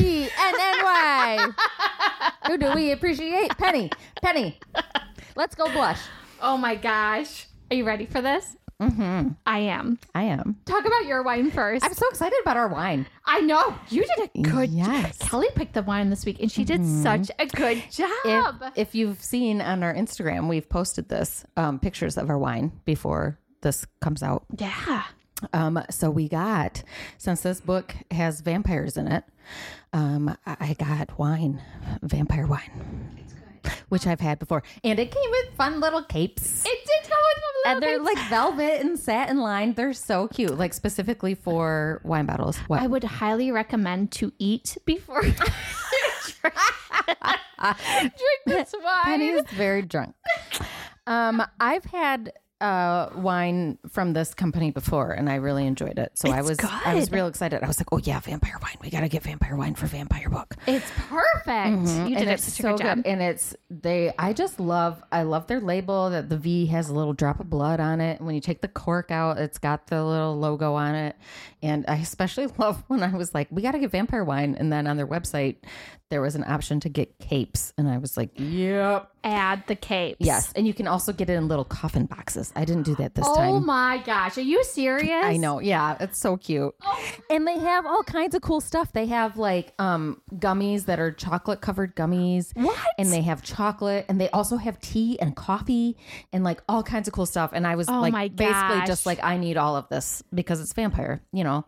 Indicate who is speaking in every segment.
Speaker 1: E Who do we appreciate? Penny. Penny. Let's go blush.
Speaker 2: Oh my gosh. Are you ready for this?
Speaker 1: Mm-hmm.
Speaker 2: I am.
Speaker 1: I am.
Speaker 2: Talk about your wine first.
Speaker 1: I'm so excited about our wine.
Speaker 2: I know. You did a good
Speaker 1: Yes.
Speaker 2: job. Kelly picked the wine this week and she did
Speaker 1: Mm-hmm.
Speaker 2: such a good
Speaker 1: If,
Speaker 2: job.
Speaker 1: if you've seen on our Instagram, we've posted this um, pictures of our wine before this comes out.
Speaker 2: yeah.
Speaker 1: Um, so we got, since this book has vampires in it, um, I- I got wine, vampire wine, which I've had before, and it came with fun little capes.
Speaker 2: It did go with
Speaker 1: and
Speaker 2: my
Speaker 1: they're
Speaker 2: little bit.
Speaker 1: like velvet and satin lined. They're so cute, like specifically for wine bottles. What?
Speaker 2: I would highly recommend to eat before you drink, drink this wine.
Speaker 1: Penny is very drunk. Um, I've had uh wine from this company before and I really enjoyed it. So I
Speaker 2: It's
Speaker 1: was I was
Speaker 2: good.
Speaker 1: real excited. I was like, "Oh yeah, vampire wine. We got to get vampire wine for vampire book."
Speaker 2: It's perfect. You did it
Speaker 1: and it's
Speaker 2: such
Speaker 1: so
Speaker 2: a good job.
Speaker 1: good. And it's they. I just love. I love their label that the V has a little drop of blood on it. And when you take the cork out, it's got the little logo on it. And I especially love when I was like, "We got to get vampire wine," and then on their website there was an option to get capes, and I was like, "Yep,
Speaker 2: Add the capes.
Speaker 1: yes." And you can also get it in little coffin boxes. I didn't do that this
Speaker 2: Oh
Speaker 1: time.
Speaker 2: my gosh. Are you serious?
Speaker 1: I know. Yeah, it's so cute. And they have all kinds of cool stuff. They have like um gummies that are chocolate covered gummies.
Speaker 2: What?
Speaker 1: And they have chocolate and they also have tea and coffee and like all kinds of cool stuff. And I was
Speaker 2: Oh
Speaker 1: like
Speaker 2: my
Speaker 1: basically
Speaker 2: gosh.
Speaker 1: just like I need all of this because it's vampire, you know.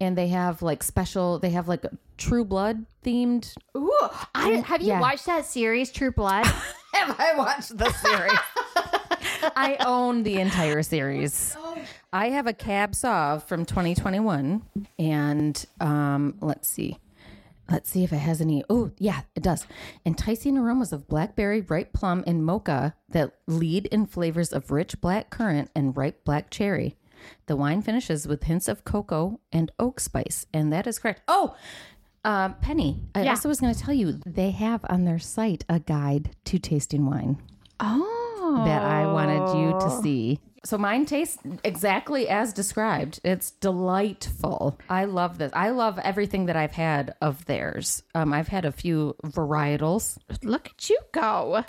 Speaker 1: And they have like special they have like true blood themed
Speaker 2: Ooh, I, have you
Speaker 1: Yeah.
Speaker 2: watched that series, True Blood?
Speaker 1: Have I watched the series? I own the entire series. I have a cab sauv from 2021, and um, let's see. Let's see if it has any. Oh, yeah, it does. Enticing aromas of blackberry, ripe plum, and mocha that lead in flavors of rich black currant and ripe black cherry. The wine finishes with hints of cocoa and oak spice, and that is correct. Oh, um, Penny, I
Speaker 2: Yeah.
Speaker 1: also was going to tell you they have on their site a guide to tasting wine
Speaker 2: oh.
Speaker 1: that I wanted you to see. So mine tastes exactly as described. It's delightful. I love this. I love everything that I've had of theirs. Um, I've had a few varietals,
Speaker 2: Look at you go.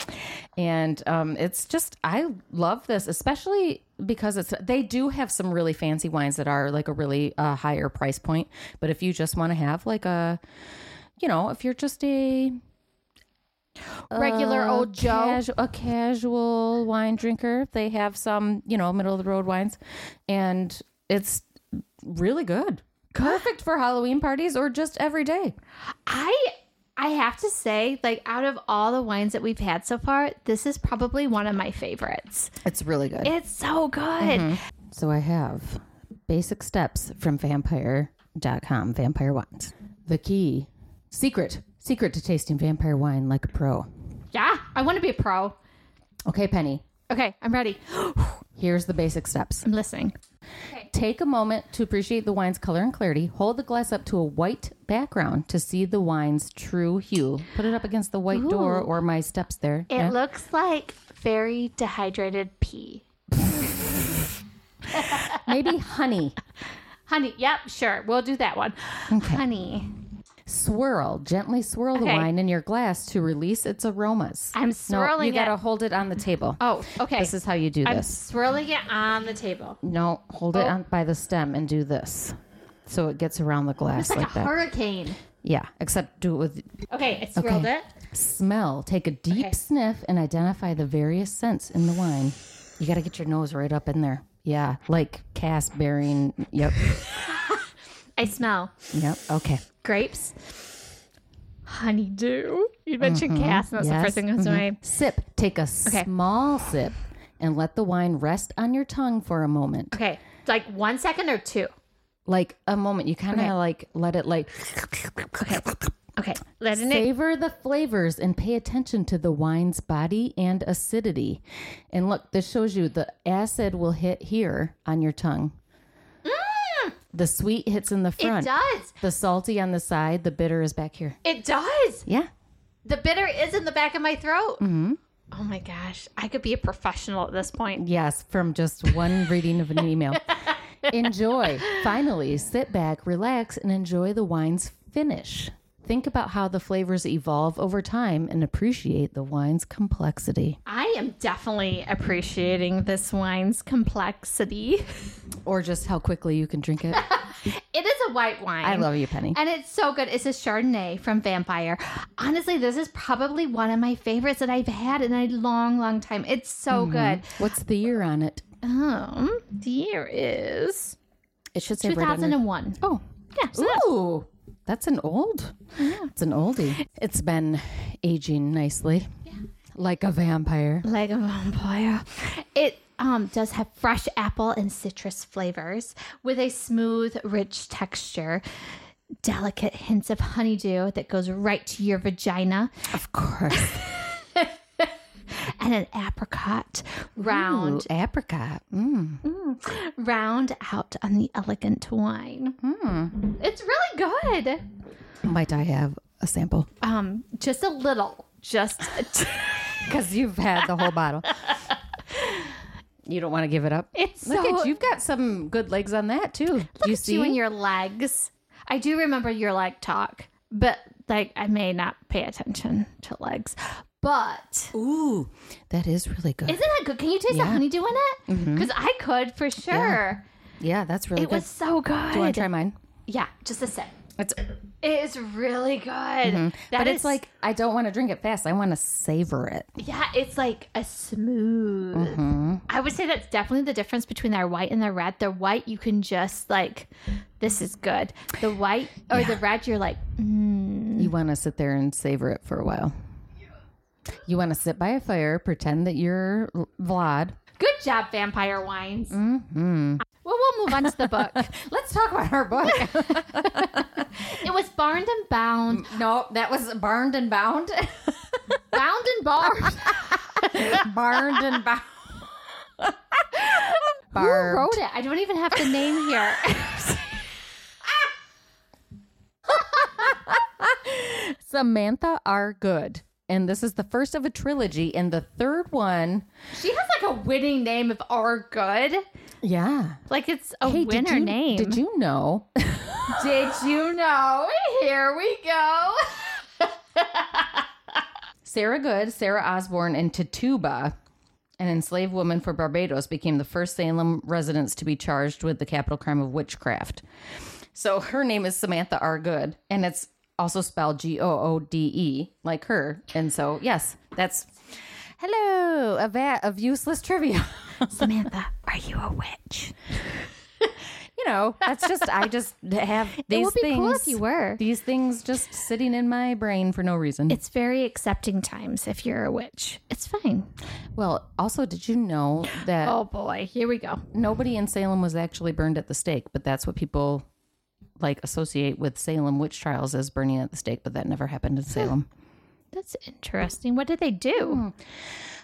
Speaker 1: and um, it's just I love this, especially because it's they do have some really fancy wines that are like a really uh, higher price point. But if you just want to have like a, you know, if you're just a
Speaker 2: Regular
Speaker 1: a
Speaker 2: old Joe.
Speaker 1: casu- a casual wine drinker. They have some, you know, middle of the road wines, and it's really good. Perfect for Halloween parties or just every day.
Speaker 2: I I have to say, like out of all the wines that we've had so far, this is probably one of my favorites.
Speaker 1: It's really good.
Speaker 2: It's so good.
Speaker 1: Mm-hmm. So I have basic steps from vampire.com, vampire wines. The key, secret, secret to tasting vampire wine like a pro.
Speaker 2: Yeah, I want to be a pro.
Speaker 1: Okay, Penny,
Speaker 2: Okay, I'm ready.
Speaker 1: here's the basic steps.
Speaker 2: I'm listening.
Speaker 1: Take a moment to appreciate the wine's color and clarity. Hold the glass up to a white background to see the wine's true hue. Put it up against the white door or my steps there.
Speaker 2: It
Speaker 1: Yeah.
Speaker 2: looks like very dehydrated pee.
Speaker 1: Maybe honey.
Speaker 2: Honey, yep, sure. We'll do that one. Honey,
Speaker 1: Swirl. Gently swirl the
Speaker 2: Okay.
Speaker 1: wine in your glass to release its aromas.
Speaker 2: I'm swirling
Speaker 1: No, you
Speaker 2: it.
Speaker 1: gotta hold it on the table.
Speaker 2: Oh, okay.
Speaker 1: This is how you do
Speaker 2: I'm Oh.
Speaker 1: this.
Speaker 2: swirling it on the table.
Speaker 1: No, hold it on by the stem and do this. So it gets around the
Speaker 2: It's
Speaker 1: glass
Speaker 2: like,
Speaker 1: like
Speaker 2: a
Speaker 1: that.
Speaker 2: hurricane.
Speaker 1: yeah, except do it with
Speaker 2: Okay, I swirled
Speaker 1: Okay.
Speaker 2: it.
Speaker 1: Smell. Take a deep
Speaker 2: Okay.
Speaker 1: sniff and identify the various scents in the wine. You got to get your nose right up in there. Yeah, like cast bearing. Yep.
Speaker 2: I smell
Speaker 1: Yep. Okay.
Speaker 2: grapes, honeydew. You mentioned cast, and that's the
Speaker 1: Mm-hmm. Yes. Mm-hmm.
Speaker 2: first thing that comes to mind.
Speaker 1: Sip. Take a
Speaker 2: Okay.
Speaker 1: small sip and let the wine rest on your tongue for a moment.
Speaker 2: Okay, like one second or two.
Speaker 1: Like a moment. You kind of like let it like
Speaker 2: Okay, letting it.
Speaker 1: savor the flavors and pay attention to the wine's body and acidity. And look, this shows you the acid will hit here on your tongue. The sweet hits in the
Speaker 2: Mmm! It
Speaker 1: front.
Speaker 2: does.
Speaker 1: The salty on the side, the bitter is back here.
Speaker 2: It does.
Speaker 1: Yeah.
Speaker 2: The bitter is in the back of my throat.
Speaker 1: Mm-hmm.
Speaker 2: Oh my gosh, I could be a professional at this point.
Speaker 1: Yes, from just one reading of an email. Enjoy. Finally, sit back, relax, and enjoy the wine's finish. Think about how the flavors evolve over time and appreciate the wine's complexity.
Speaker 2: I am definitely appreciating this wine's complexity.
Speaker 1: Or just how quickly you can drink it.
Speaker 2: It is a white wine.
Speaker 1: I love you, Penny.
Speaker 2: And it's so good. It's a Chardonnay from Vampire. Honestly, this is probably one of my favorites that I've had in a long, long time. It's so
Speaker 1: Mm-hmm.
Speaker 2: good.
Speaker 1: What's the year on it?
Speaker 2: Um, the year is
Speaker 1: It should say right under-
Speaker 2: 2001.
Speaker 1: Oh,
Speaker 2: Yeah, so that's-
Speaker 1: Ooh, that's an old. It's an oldie. It's been aging nicely, like a vampire.
Speaker 2: like a vampire. It um, does have fresh apple and citrus flavors with a smooth, rich texture. Delicate hints of honeydew that goes right to your vagina,
Speaker 1: Of course,
Speaker 2: and an apricot round
Speaker 1: Ooh, apricot. Mm.
Speaker 2: round out on the elegant wine.
Speaker 1: Hmm.
Speaker 2: It's really good.
Speaker 1: Might I have a sample?
Speaker 2: Um, just a little, just a t-
Speaker 1: Because you've had the whole bottle. You don't want to give it up.
Speaker 2: It's
Speaker 1: Look
Speaker 2: so-
Speaker 1: at you've got some good legs on that too. Do you see?
Speaker 2: you and your legs. I do remember your leg talk, but like I may not pay attention to legs. But
Speaker 1: Ooh, that is really good.
Speaker 2: isn't that good? Can you taste the
Speaker 1: Yeah. Mm-hmm.
Speaker 2: honeydew in it? Because I could for sure.
Speaker 1: yeah, that's really
Speaker 2: It
Speaker 1: good.
Speaker 2: was so
Speaker 1: Do you want to
Speaker 2: good.
Speaker 1: try mine?
Speaker 2: Yeah, just a sip.
Speaker 1: It's,
Speaker 2: It is really good. That
Speaker 1: Mm-hmm. but
Speaker 2: is-
Speaker 1: it's like I don't want to drink it fast. I want to savor it.
Speaker 2: Yeah, it's like a smooth.
Speaker 1: Mm-hmm.
Speaker 2: I would say that's definitely the difference between their white and their red. Their white, you can just like, this is good. The white or the red, you're like,
Speaker 1: You want to sit there and savor it for a while. You want to sit by a fire, pretend that you're L- Vlad.
Speaker 2: good job, vampire wines. Mm-hmm. Well, we'll move on to the book.
Speaker 1: Let's talk about our book.
Speaker 2: it was Barned and Bound,
Speaker 1: no, that was Barned and Bound.
Speaker 2: Bound and Barred.
Speaker 1: Barned and Bound. Barbed.
Speaker 2: Who wrote it? I don't even have the name here.
Speaker 1: Samantha R. Good. And this is the first of a trilogy. And the third one.
Speaker 2: she has like a winning name of R Good.
Speaker 1: Yeah.
Speaker 2: Like it's a
Speaker 1: Hey, did
Speaker 2: winner
Speaker 1: you,
Speaker 2: name.
Speaker 1: Did you know?
Speaker 2: Did you know? Here we go.
Speaker 1: Sarah Good, Sarah Osborne, and Tituba, an enslaved woman from Barbados, became the first Salem residents to be charged with the capital crime of witchcraft. So her name is Samantha R. Good, and it's also spelled G O O D E, like her. And so, yes, that's hello, a vat of useless trivia.
Speaker 2: Samantha, are you a witch?
Speaker 1: you know, that's just I just have these
Speaker 2: it would be
Speaker 1: things.
Speaker 2: cool if you were.
Speaker 1: These things just sitting in my brain for no reason.
Speaker 2: It's very accepting times if you're a witch. It's fine.
Speaker 1: well, also, did you know that?
Speaker 2: Oh boy, here we go.
Speaker 1: nobody in Salem was actually burned at the stake, but that's what people like associate with Salem witch trials as burning at the stake, but that never happened in Salem.
Speaker 2: That's interesting. What did they do?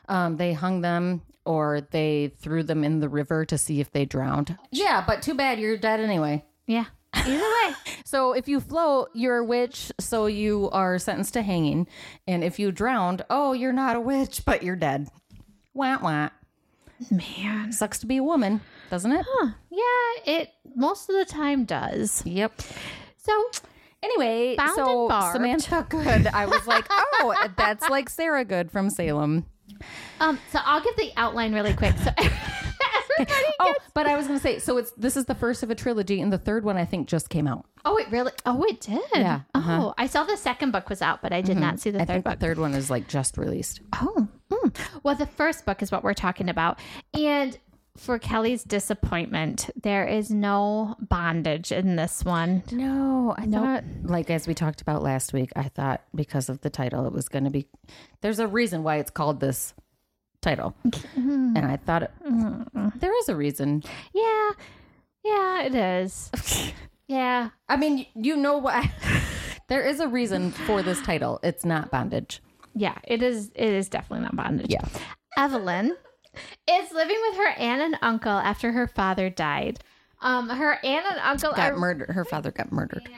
Speaker 1: Um, they hung them or they threw them in the river to see if they drowned. Yeah, but too bad you're dead anyway.
Speaker 2: Yeah. Either way,
Speaker 1: So if you float, you're a witch, so you are sentenced to hanging. And if you drowned, oh, you're not a witch, but you're dead. Wah wah.
Speaker 2: man.
Speaker 1: Sucks to be a woman, doesn't it?
Speaker 2: Yeah, it most of the time does.
Speaker 1: Yep.
Speaker 2: So
Speaker 1: Anyway,
Speaker 2: Bound and
Speaker 1: so
Speaker 2: barbed.
Speaker 1: Samantha Good, I was like, oh, that's like Sarah Good from Salem.
Speaker 2: um so I'll give the outline really quick. So everybody
Speaker 1: Oh, but I was gonna say, so it's this is the first of a trilogy, and the third one I think just came out.
Speaker 2: Oh, it really Oh, it did.
Speaker 1: Yeah, uh-huh. Mm-hmm.
Speaker 2: Oh, I saw the second book was out, but I did not see the
Speaker 1: I
Speaker 2: third
Speaker 1: think
Speaker 2: book.
Speaker 1: the third one is like just released.
Speaker 2: Oh, mm. well, the first book is what we're talking about. And for Kelly's disappointment, there is no bondage in this one.
Speaker 1: No, I thought like as we talked about last week, I thought because of the title it was gonna be. There's a reason why it's called this title, and I thought it, there is a reason.
Speaker 2: Yeah. Yeah, it is. yeah.
Speaker 1: I mean, you know what? there is a reason for this title. It's not bondage.
Speaker 2: Yeah, it is it is definitely not bondage.
Speaker 1: Yeah.
Speaker 2: Evelyn is living with her aunt and uncle after her father died. Um, her aunt and uncle
Speaker 1: Got
Speaker 2: are
Speaker 1: murdered. Her father got murdered.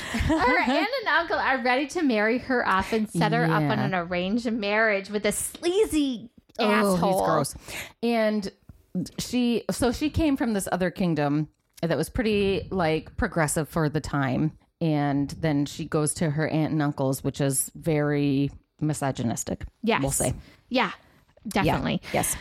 Speaker 2: her aunt and uncle are ready to marry her off and set her up on
Speaker 1: Yeah.
Speaker 2: an arranged marriage with a sleazy asshole.
Speaker 1: Oh, he's gross. And she, so she came from this other kingdom that was pretty like progressive for the time. and then she goes to her aunt and uncle's, which is very misogynistic.
Speaker 2: Yes.
Speaker 1: we'll say
Speaker 2: Yeah,
Speaker 1: Yeah.
Speaker 2: definitely.
Speaker 1: Yes,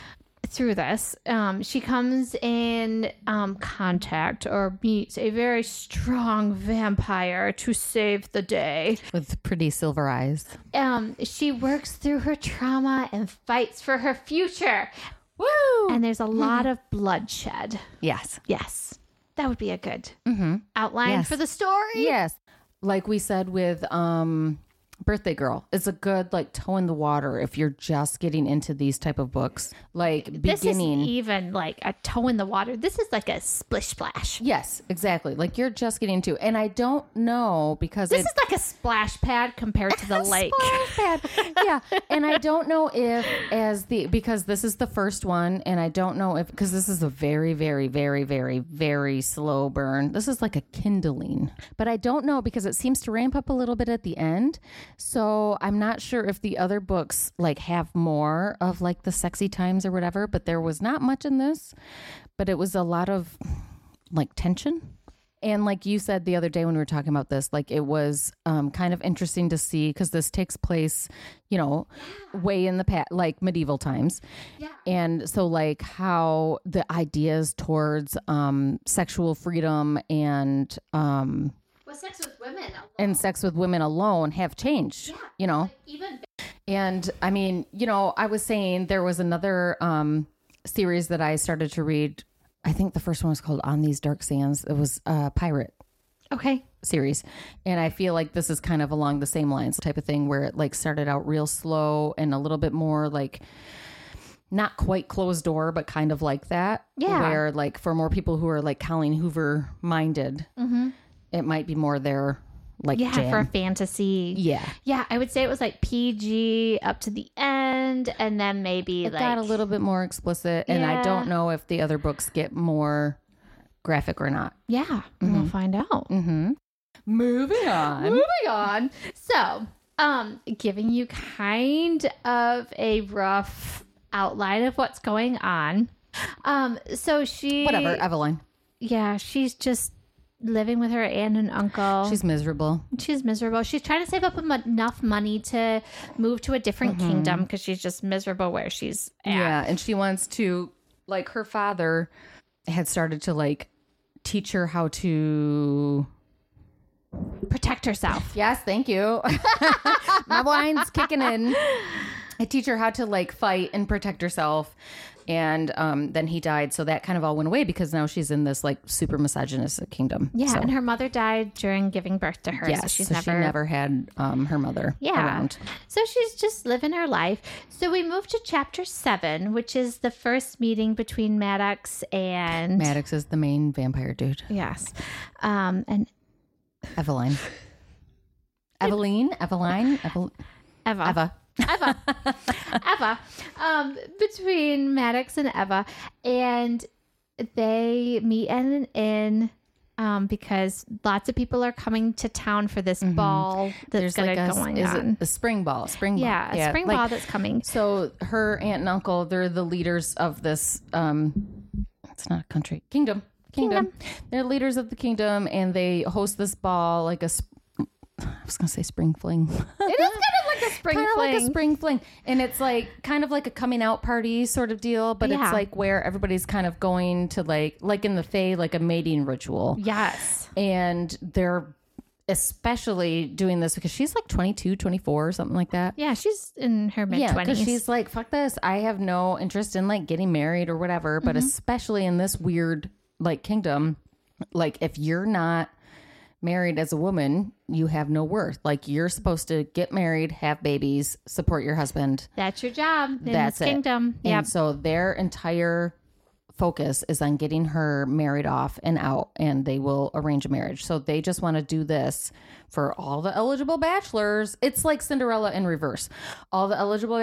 Speaker 2: Through this, um, she comes in um, contact or meets a very strong vampire to save the day.
Speaker 1: with pretty silver eyes.
Speaker 2: Um, she works through her trauma and fights for her future.
Speaker 1: Woo!
Speaker 2: And there's a lot of bloodshed.
Speaker 1: yes,
Speaker 2: Hmm. Yes, Mm-hmm. that would be a good outline for the story.
Speaker 1: yes. Like we said with um, Birthday Girl, it's a good like toe in the water if you're just getting into these type of books. Like
Speaker 2: This
Speaker 1: beginning.
Speaker 2: isn't even like a toe in the water. This is like a splish splash.
Speaker 1: Yes, exactly. Like you're just getting to, and I don't know because
Speaker 2: This
Speaker 1: it-
Speaker 2: is like a splash pad compared to the lake.
Speaker 1: Splash pad. yeah, and I don't know if as the because this is the first one, and I don't know if because this is a very, very, very, very, very slow burn. This is like a kindling, but I don't know because it seems to ramp up a little bit at the end. So I'm not sure if the other books like have more of like the sexy times or whatever, but there was not much in this, but it was a lot of like tension. And like you said the other day when we were talking about this, like it was um, kind of interesting to see because this takes place, you know, way in the past, like medieval times. Yeah. And so, like, how the ideas towards um, sexual freedom and um,
Speaker 2: Well, sex with women,
Speaker 1: and sex with women alone have changed, you know?
Speaker 2: even
Speaker 1: And I mean, you know, I was saying there was another um, series that I started to read. I think the first one was called On These Dark Sands. It was uh, pirate
Speaker 2: okay.
Speaker 1: series. And I feel like this is kind of along the same lines type of thing where it like started out real slow and a little bit more like not quite closed door, but kind of like that.
Speaker 2: Yeah.
Speaker 1: Where like for more people who are like Colleen Hoover minded, it might be more their like
Speaker 2: Mm-hmm. Yeah,
Speaker 1: jam.
Speaker 2: for fantasy.
Speaker 1: yeah.
Speaker 2: Yeah, I would say it was like PG up to the end, and then maybe
Speaker 1: It
Speaker 2: like
Speaker 1: got a little bit more explicit and I
Speaker 2: Yeah.
Speaker 1: don't know if the other books get more graphic or not.
Speaker 2: yeah. We'll find out.
Speaker 1: Mm-hmm. Moving on.
Speaker 2: Moving on. So, um, giving you kind of a rough outline of what's going on. Um, so she
Speaker 1: Whatever, Evelyn.
Speaker 2: Yeah, she's just living with her aunt and uncle.
Speaker 1: She's miserable.
Speaker 2: she's miserable. She's trying to save up em- enough money to move to a different kingdom because she's just miserable where she's at.
Speaker 1: Yeah, and she wants to like her father had started to like teach her how to
Speaker 2: Protect herself.
Speaker 1: Yes, thank you. My wine's kicking in. I teach her how to like fight and protect herself. And um, then he died, so that kind of all went away because now she's in this like super misogynistic kingdom.
Speaker 2: Yeah,
Speaker 1: so,
Speaker 2: and her mother died during giving birth to her. so
Speaker 1: yes,
Speaker 2: she's
Speaker 1: so
Speaker 2: never,
Speaker 1: she never had um, her mother
Speaker 2: yeah.
Speaker 1: around.
Speaker 2: So she's just living her life. So we move to chapter seven, which is the first meeting between Maddox and
Speaker 1: Maddox is the main vampire dude.
Speaker 2: yes, um, and
Speaker 1: Eveline. Eveline, Eveline, Evel-
Speaker 2: Eva.
Speaker 1: Eva.
Speaker 2: Eva, Eva, um, between Maddox and Eva, and they meet at an inn um, because lots of people are coming to town for this ball that's
Speaker 1: There's
Speaker 2: gonna
Speaker 1: like a,
Speaker 2: going
Speaker 1: is it
Speaker 2: on.
Speaker 1: a spring ball, spring ball.
Speaker 2: yeah, a spring
Speaker 1: like-
Speaker 2: ball that's coming.
Speaker 1: So her aunt and uncle, they're the leaders of this. Um, it's not a country, kingdom, kingdom. They're leaders of the kingdom, and they host this ball like a. sp- I was gonna say spring fling,
Speaker 2: It is kind of like a spring
Speaker 1: kind of like a
Speaker 2: fling.
Speaker 1: spring fling, and it's like kind of like a coming out party sort of deal, but
Speaker 2: Yeah.
Speaker 1: it's like where everybody's kind of going to like like in the fae, like a mating ritual
Speaker 2: yes.
Speaker 1: and they're especially doing this because she's like 22 24 or something like that
Speaker 2: Yeah, she's in her mid
Speaker 1: yeah
Speaker 2: twenties.
Speaker 1: because she's like fuck this i have no interest in like getting married or whatever but especially in this weird like kingdom like if you're not married as a woman you have no worth like you're supposed to get married have babies support your husband
Speaker 2: That's your job in
Speaker 1: That's
Speaker 2: this
Speaker 1: it.
Speaker 2: kingdom. Yeah.
Speaker 1: and so their entire focus is on getting her married off and out, and they will arrange a marriage. So they just want to do this for all the eligible bachelors. It's like Cinderella in reverse. All the eligible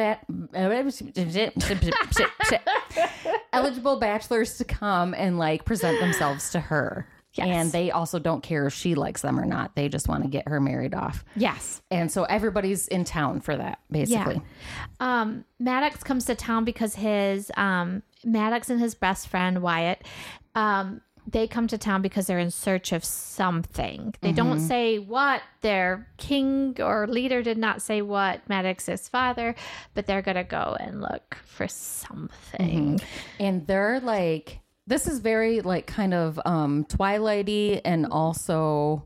Speaker 1: ba- eligible bachelors to come and like present themselves to her.
Speaker 2: Yes.
Speaker 1: And they also don't care if she likes them or not. They just want to get her married off.
Speaker 2: Yes.
Speaker 1: And so everybody's in town for that, basically.
Speaker 2: Um, Maddox comes to town because his um Maddox and his best friend Wyatt um they come to town because they're in search of something. They don't
Speaker 1: Mm-hmm.
Speaker 2: say what. Their king or leader did not say what. Maddox's father, but they're gonna go and look for something.
Speaker 1: Mm-hmm. and they're like this is very like kind of um twilighty and also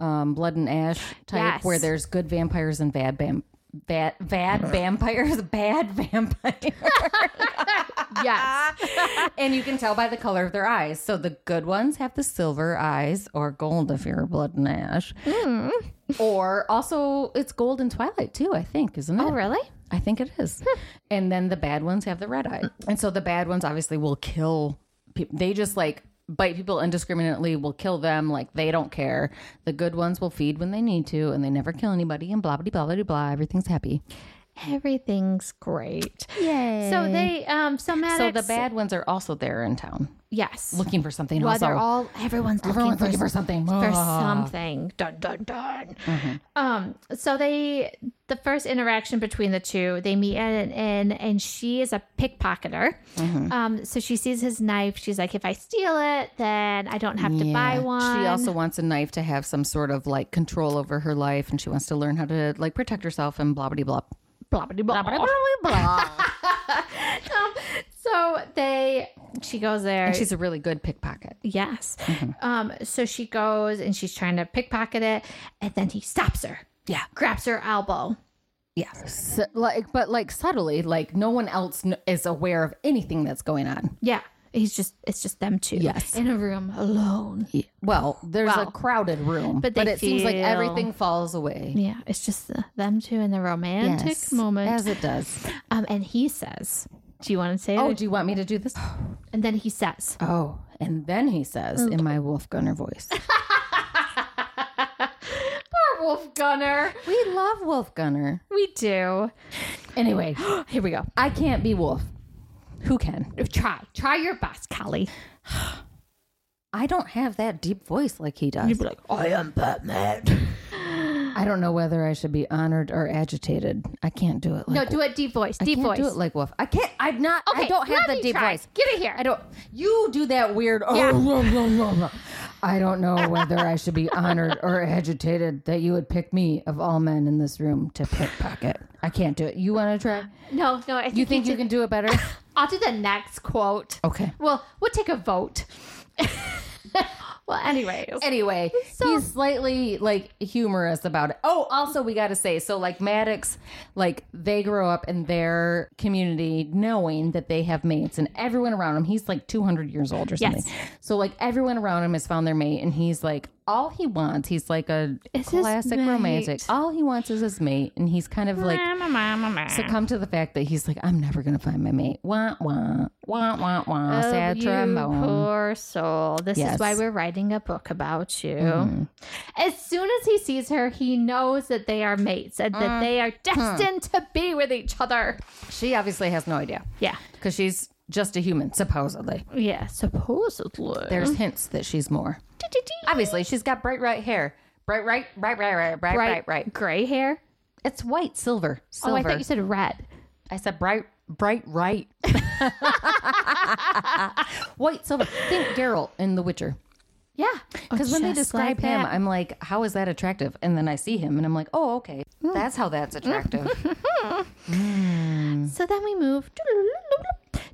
Speaker 1: um blood and ash type
Speaker 2: Yes.
Speaker 1: where there's good vampires and bad bam bad bad vampires bad vampires
Speaker 2: Yes.
Speaker 1: and you can tell by the color of their eyes so the good ones have the silver eyes or gold if you're blood and ash or also it's gold in twilight too i think isn't it
Speaker 2: oh, really?
Speaker 1: I think it is.
Speaker 2: Hmm.
Speaker 1: and then the bad ones have the red eye. And so the bad ones obviously will kill people. They just like bite people indiscriminately, will kill them. Like they don't care. The good ones will feed when they need to and they never kill anybody and blah, blah, blah, blah, blah. Everything's happy.
Speaker 2: Everything's great.
Speaker 1: Yay.
Speaker 2: So they um so
Speaker 1: So
Speaker 2: Maddox
Speaker 1: the bad ones are also there in town
Speaker 2: yes.
Speaker 1: looking for something.
Speaker 2: Well,
Speaker 1: also,
Speaker 2: they're all everyone's looking,
Speaker 1: everyone's
Speaker 2: for,
Speaker 1: looking for something.
Speaker 2: for
Speaker 1: Ah. Mm-hmm.
Speaker 2: something. Dun dun dun. Um, so they the first interaction between the two, they meet at an inn, and she is a pickpocketer.
Speaker 1: Mm-hmm.
Speaker 2: Um, so she sees his knife. She's like, if I steal it, then I don't have to buy
Speaker 1: Yeah.
Speaker 2: one.
Speaker 1: She also wants a knife to have some sort of like control over her life and she wants to learn how to like protect herself and blah, blah, blah.
Speaker 2: blah blah blah. blah, Um, so they, she goes there.
Speaker 1: She's Mm-hmm. a really good pickpocket.
Speaker 2: Yes. Um, so she goes and she's trying to pickpocket it, and then he stops her,
Speaker 1: Yeah.
Speaker 2: grabs her elbow.
Speaker 1: Yeah. So, like, but like subtly, like no one else kn- is aware of anything that's going on.
Speaker 2: Yeah. He's just it's just them two.
Speaker 1: Yes.
Speaker 2: In a room alone.
Speaker 1: Well, there's
Speaker 2: Well,
Speaker 1: a crowded room,
Speaker 2: but
Speaker 1: but,
Speaker 2: they
Speaker 1: it seems like
Speaker 2: feel-
Speaker 1: everything falls away.
Speaker 2: Yeah, it's just the, them two in the romantic
Speaker 1: Yes,
Speaker 2: moment.
Speaker 1: as it does.
Speaker 2: um, and he says, "Do you want to say it?"
Speaker 1: Oh, do you want me to do this?
Speaker 2: And then he says,
Speaker 1: Oh, and then he says in my Wolf Gunner voice,
Speaker 2: "Poor Wolf Gunner,
Speaker 1: "We love Wolf Gunner."
Speaker 2: we do."
Speaker 1: Anyway,
Speaker 2: Here we go.
Speaker 1: I can't be Wolf. Who can?
Speaker 2: Try, try your best, Callie.
Speaker 1: I don't have that deep voice like he does.
Speaker 2: like, "I am Batman."
Speaker 1: I don't know whether I should be honored or agitated. I can't do it. Like
Speaker 2: No, do a deep voice. Deep
Speaker 1: can't
Speaker 2: voice.
Speaker 1: do it like Wolf. I can't. I'm not. I
Speaker 2: Okay,
Speaker 1: don't have
Speaker 2: let
Speaker 1: the
Speaker 2: me
Speaker 1: deep
Speaker 2: try.
Speaker 1: voice.
Speaker 2: Get it here.
Speaker 1: I don't. You do that weird. Oh,
Speaker 2: Yeah.
Speaker 1: blah, blah, blah, blah. I don't know whether I should be honored or agitated that you would pick me of all men in this room to pickpocket. I can't do it. You want to try?
Speaker 2: No, no. I think
Speaker 1: You think
Speaker 2: he
Speaker 1: you Oh. can do it better?
Speaker 2: I'll do the next quote.
Speaker 1: Okay.
Speaker 2: Well, we'll take a vote. well, anyways.
Speaker 1: Anyway, he's slightly like humorous about it. Oh, also we got to say so like Maddox, like they grow up in their community knowing that they have mates and everyone around him. He's like 200 years old or something.
Speaker 2: Yes.
Speaker 1: So like everyone around him has found their mate, and he's like all he wants. He's like a
Speaker 2: Is his
Speaker 1: classic
Speaker 2: mate.
Speaker 1: romantic. All he wants is his mate, and he's kind of like succumb to the fact that he's like I'm never gonna find my mate. Wah wah wah wah wah. Sad trombone.
Speaker 2: poor soul. This is
Speaker 1: Yes.
Speaker 2: why we're writing a book about you. As soon as he sees her, he knows that they are mates and that they are destined to be with each other.
Speaker 1: She obviously has no idea.
Speaker 2: Yeah.
Speaker 1: because she's just a human, supposedly.
Speaker 2: Yeah, supposedly.
Speaker 1: There's hints that she's more. Mm-hmm. Obviously, she's got bright right hair. Bright right, bright right, right, bright,
Speaker 2: bright,
Speaker 1: right, right.
Speaker 2: Gray hair?
Speaker 1: It's white, silver, silver.
Speaker 2: Oh, I thought you said red.
Speaker 1: I said bright, bright right. white, silver. Think Geralt in The Witcher.
Speaker 2: Yeah.
Speaker 1: Because when they
Speaker 2: Oh, Just
Speaker 1: describe
Speaker 2: like
Speaker 1: him,
Speaker 2: that.
Speaker 1: I'm like, how is that attractive? And then I see him and I'm like, oh, okay. That's how that's attractive.
Speaker 2: So then we move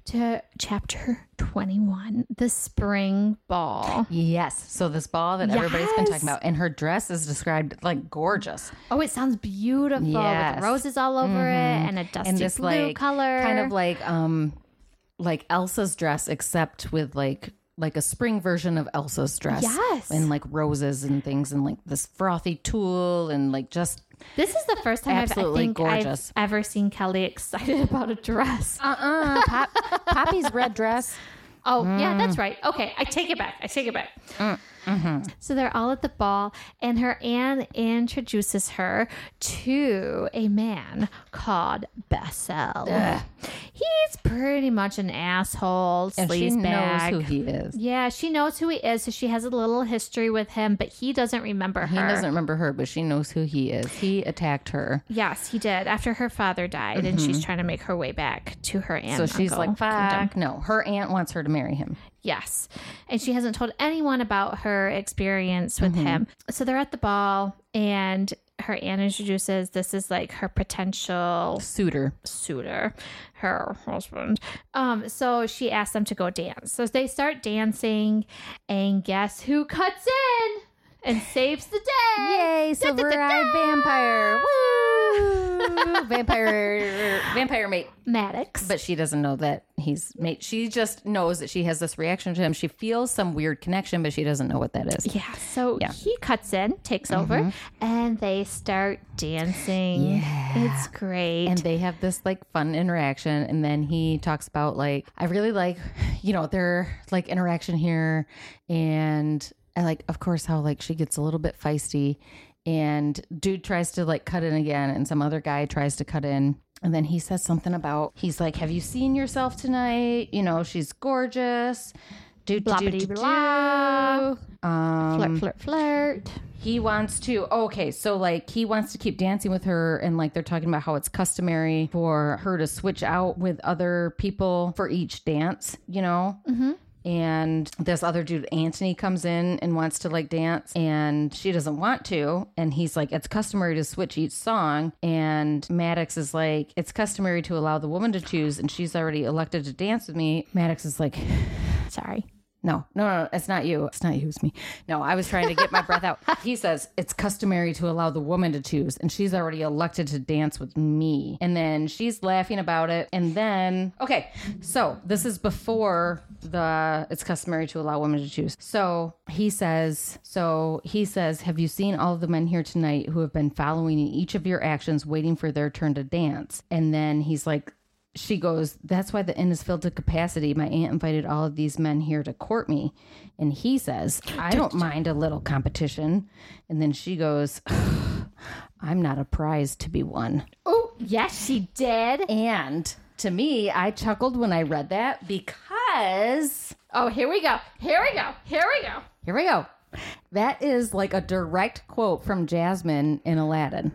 Speaker 2: to chapter 21, the spring ball.
Speaker 1: yes. So this ball that everybody's been
Speaker 2: Yes.
Speaker 1: talking about, and her dress is described like gorgeous.
Speaker 2: Oh, it sounds beautiful with
Speaker 1: Yes.
Speaker 2: roses all over it Mm-hmm. and a dusty
Speaker 1: and this
Speaker 2: blue
Speaker 1: like
Speaker 2: color.
Speaker 1: kind of like um like Elsa's dress except with like like a spring version of Elsa's dress.
Speaker 2: Yes.
Speaker 1: And like roses and things and like this frothy tulle and like just
Speaker 2: this is the first time I've, I
Speaker 1: Absolutely
Speaker 2: think
Speaker 1: gorgeous.
Speaker 2: I've ever seen Kelly excited about a dress.
Speaker 1: uh-uh Pop, Poppy's red dress.
Speaker 2: Uh, Oh, yeah, that's right. Okay, I take it back. I take it back. So they're all at the ball, and her aunt introduces her to a man called Bessel. He's pretty much an asshole,
Speaker 1: And she knows
Speaker 2: sleazebag.
Speaker 1: who he is.
Speaker 2: yeah, she knows who he is, so she has a little history with him, but he doesn't remember
Speaker 1: He
Speaker 2: her.
Speaker 1: doesn't remember her, but she knows who he is. He attacked her.
Speaker 2: Yes, he did. After her father died, and she's trying to make her way back to her aunt.
Speaker 1: Mm-hmm. So
Speaker 2: and
Speaker 1: she's
Speaker 2: uncle
Speaker 1: like,
Speaker 2: kingdom.
Speaker 1: fuck. No, her aunt wants her to marry him.
Speaker 2: Yes. And she hasn't told anyone about her experience
Speaker 1: Mm-hmm.
Speaker 2: with him. So they're at the ball, and her aunt introduces this is like her potential
Speaker 1: Suitor.
Speaker 2: suitor, her husband. Um, so she asks them to go dance. So they start dancing, and guess who cuts in and saves the day?
Speaker 1: Yay, silver eyed vampire. Woo! vampire vampire mate.
Speaker 2: Maddox.
Speaker 1: But she doesn't know that he's mate. She just knows that she has this reaction to him. She feels some weird connection, but she doesn't know what that is.
Speaker 2: Yeah, so he cuts in, takes over,
Speaker 1: Mm-hmm.
Speaker 2: and they start dancing. It's great.
Speaker 1: And they have this like fun interaction. And then he talks about like, I really like, you know, their like interaction here. And I like, of course, how like she gets a little bit feisty. And dude tries to like cut in again. And some other guy tries to cut in. And then he says something about, he's like, Have you seen yourself tonight? You know, she's gorgeous. Do, do, do,
Speaker 2: Bloppity
Speaker 1: do,
Speaker 2: blah.
Speaker 1: do. Um,
Speaker 2: flirt, flirt, flirt.
Speaker 1: he wants to okay so like he wants to keep dancing with her and like they're talking about how it's customary for her to switch out with other people for each dance you know mm-hmm. and this other dude anthony comes in and wants to like dance and she doesn't want to and he's like it's customary to switch each song and maddox is like it's customary to allow the woman to choose and she's already elected to dance with me maddox is like
Speaker 2: Sorry.
Speaker 1: no, no, no, it's not you. It's not you. It's me. No, I was trying to get my breath out. He says it's customary to allow the woman to choose, and she's already elected to dance with me. And then she's laughing about it. And then, okay, so this is before the it's customary to allow women to choose. So he says, so he says, have you seen all of the men here tonight who have been following in each of your actions, waiting for their turn to dance? And then he's like, she goes, That's why the inn is filled to capacity. My aunt invited all of these men here to court me. And he says, I don't mind a little competition. And then she goes, I'm not a prize to be won.
Speaker 2: Oh, yes, she did.
Speaker 1: And to me, I chuckled when I read that because
Speaker 2: Oh, here we go. Here we go. Here we go.
Speaker 1: here we go. That is like a direct quote from Jasmine in Aladdin.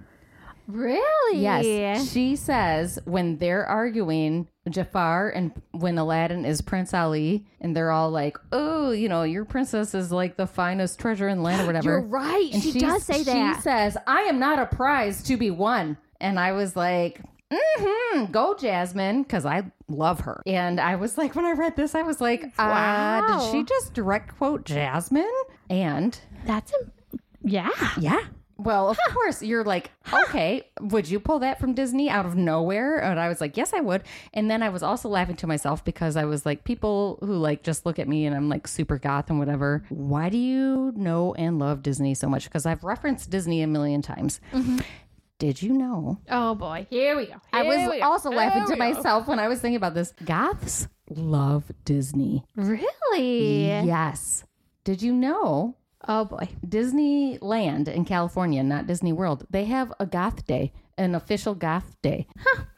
Speaker 2: Really?
Speaker 1: Yes. She says when they're arguing, Jafar and when Aladdin is Prince Ali, and they're all like, oh, you know, your princess is like the finest treasure in the land or whatever.
Speaker 2: You're right.
Speaker 1: And
Speaker 2: She
Speaker 1: she's-
Speaker 2: does say that.
Speaker 1: She says, I am not a prize to be won. And I was like, mm-hmm, go Jasmine, because I love her. And I was like, when I read this, I was like, uh,
Speaker 2: Wow.
Speaker 1: did she just direct quote Jasmine? And
Speaker 2: That's a. Yeah.
Speaker 1: yeah. Well, of course, you're like, okay, would you pull that from Disney out of nowhere? And I was like, yes, I would. And then I was also laughing to myself because I was like, people who like just look at me and I'm like super goth and whatever, why do you know and love Disney so much? Because I've referenced Disney a million times.
Speaker 2: Mm-hmm.
Speaker 1: Did you know?
Speaker 2: Oh, boy. Here we go.
Speaker 1: I
Speaker 2: Here
Speaker 1: was
Speaker 2: we go.
Speaker 1: also laughing
Speaker 2: Here
Speaker 1: to
Speaker 2: we go.
Speaker 1: myself when I was thinking about this. Goths love Disney.
Speaker 2: Really?
Speaker 1: Yes. Did you know
Speaker 2: Oh, boy.
Speaker 1: Disneyland in California, not Disney World, they have a goth day, an official goth day.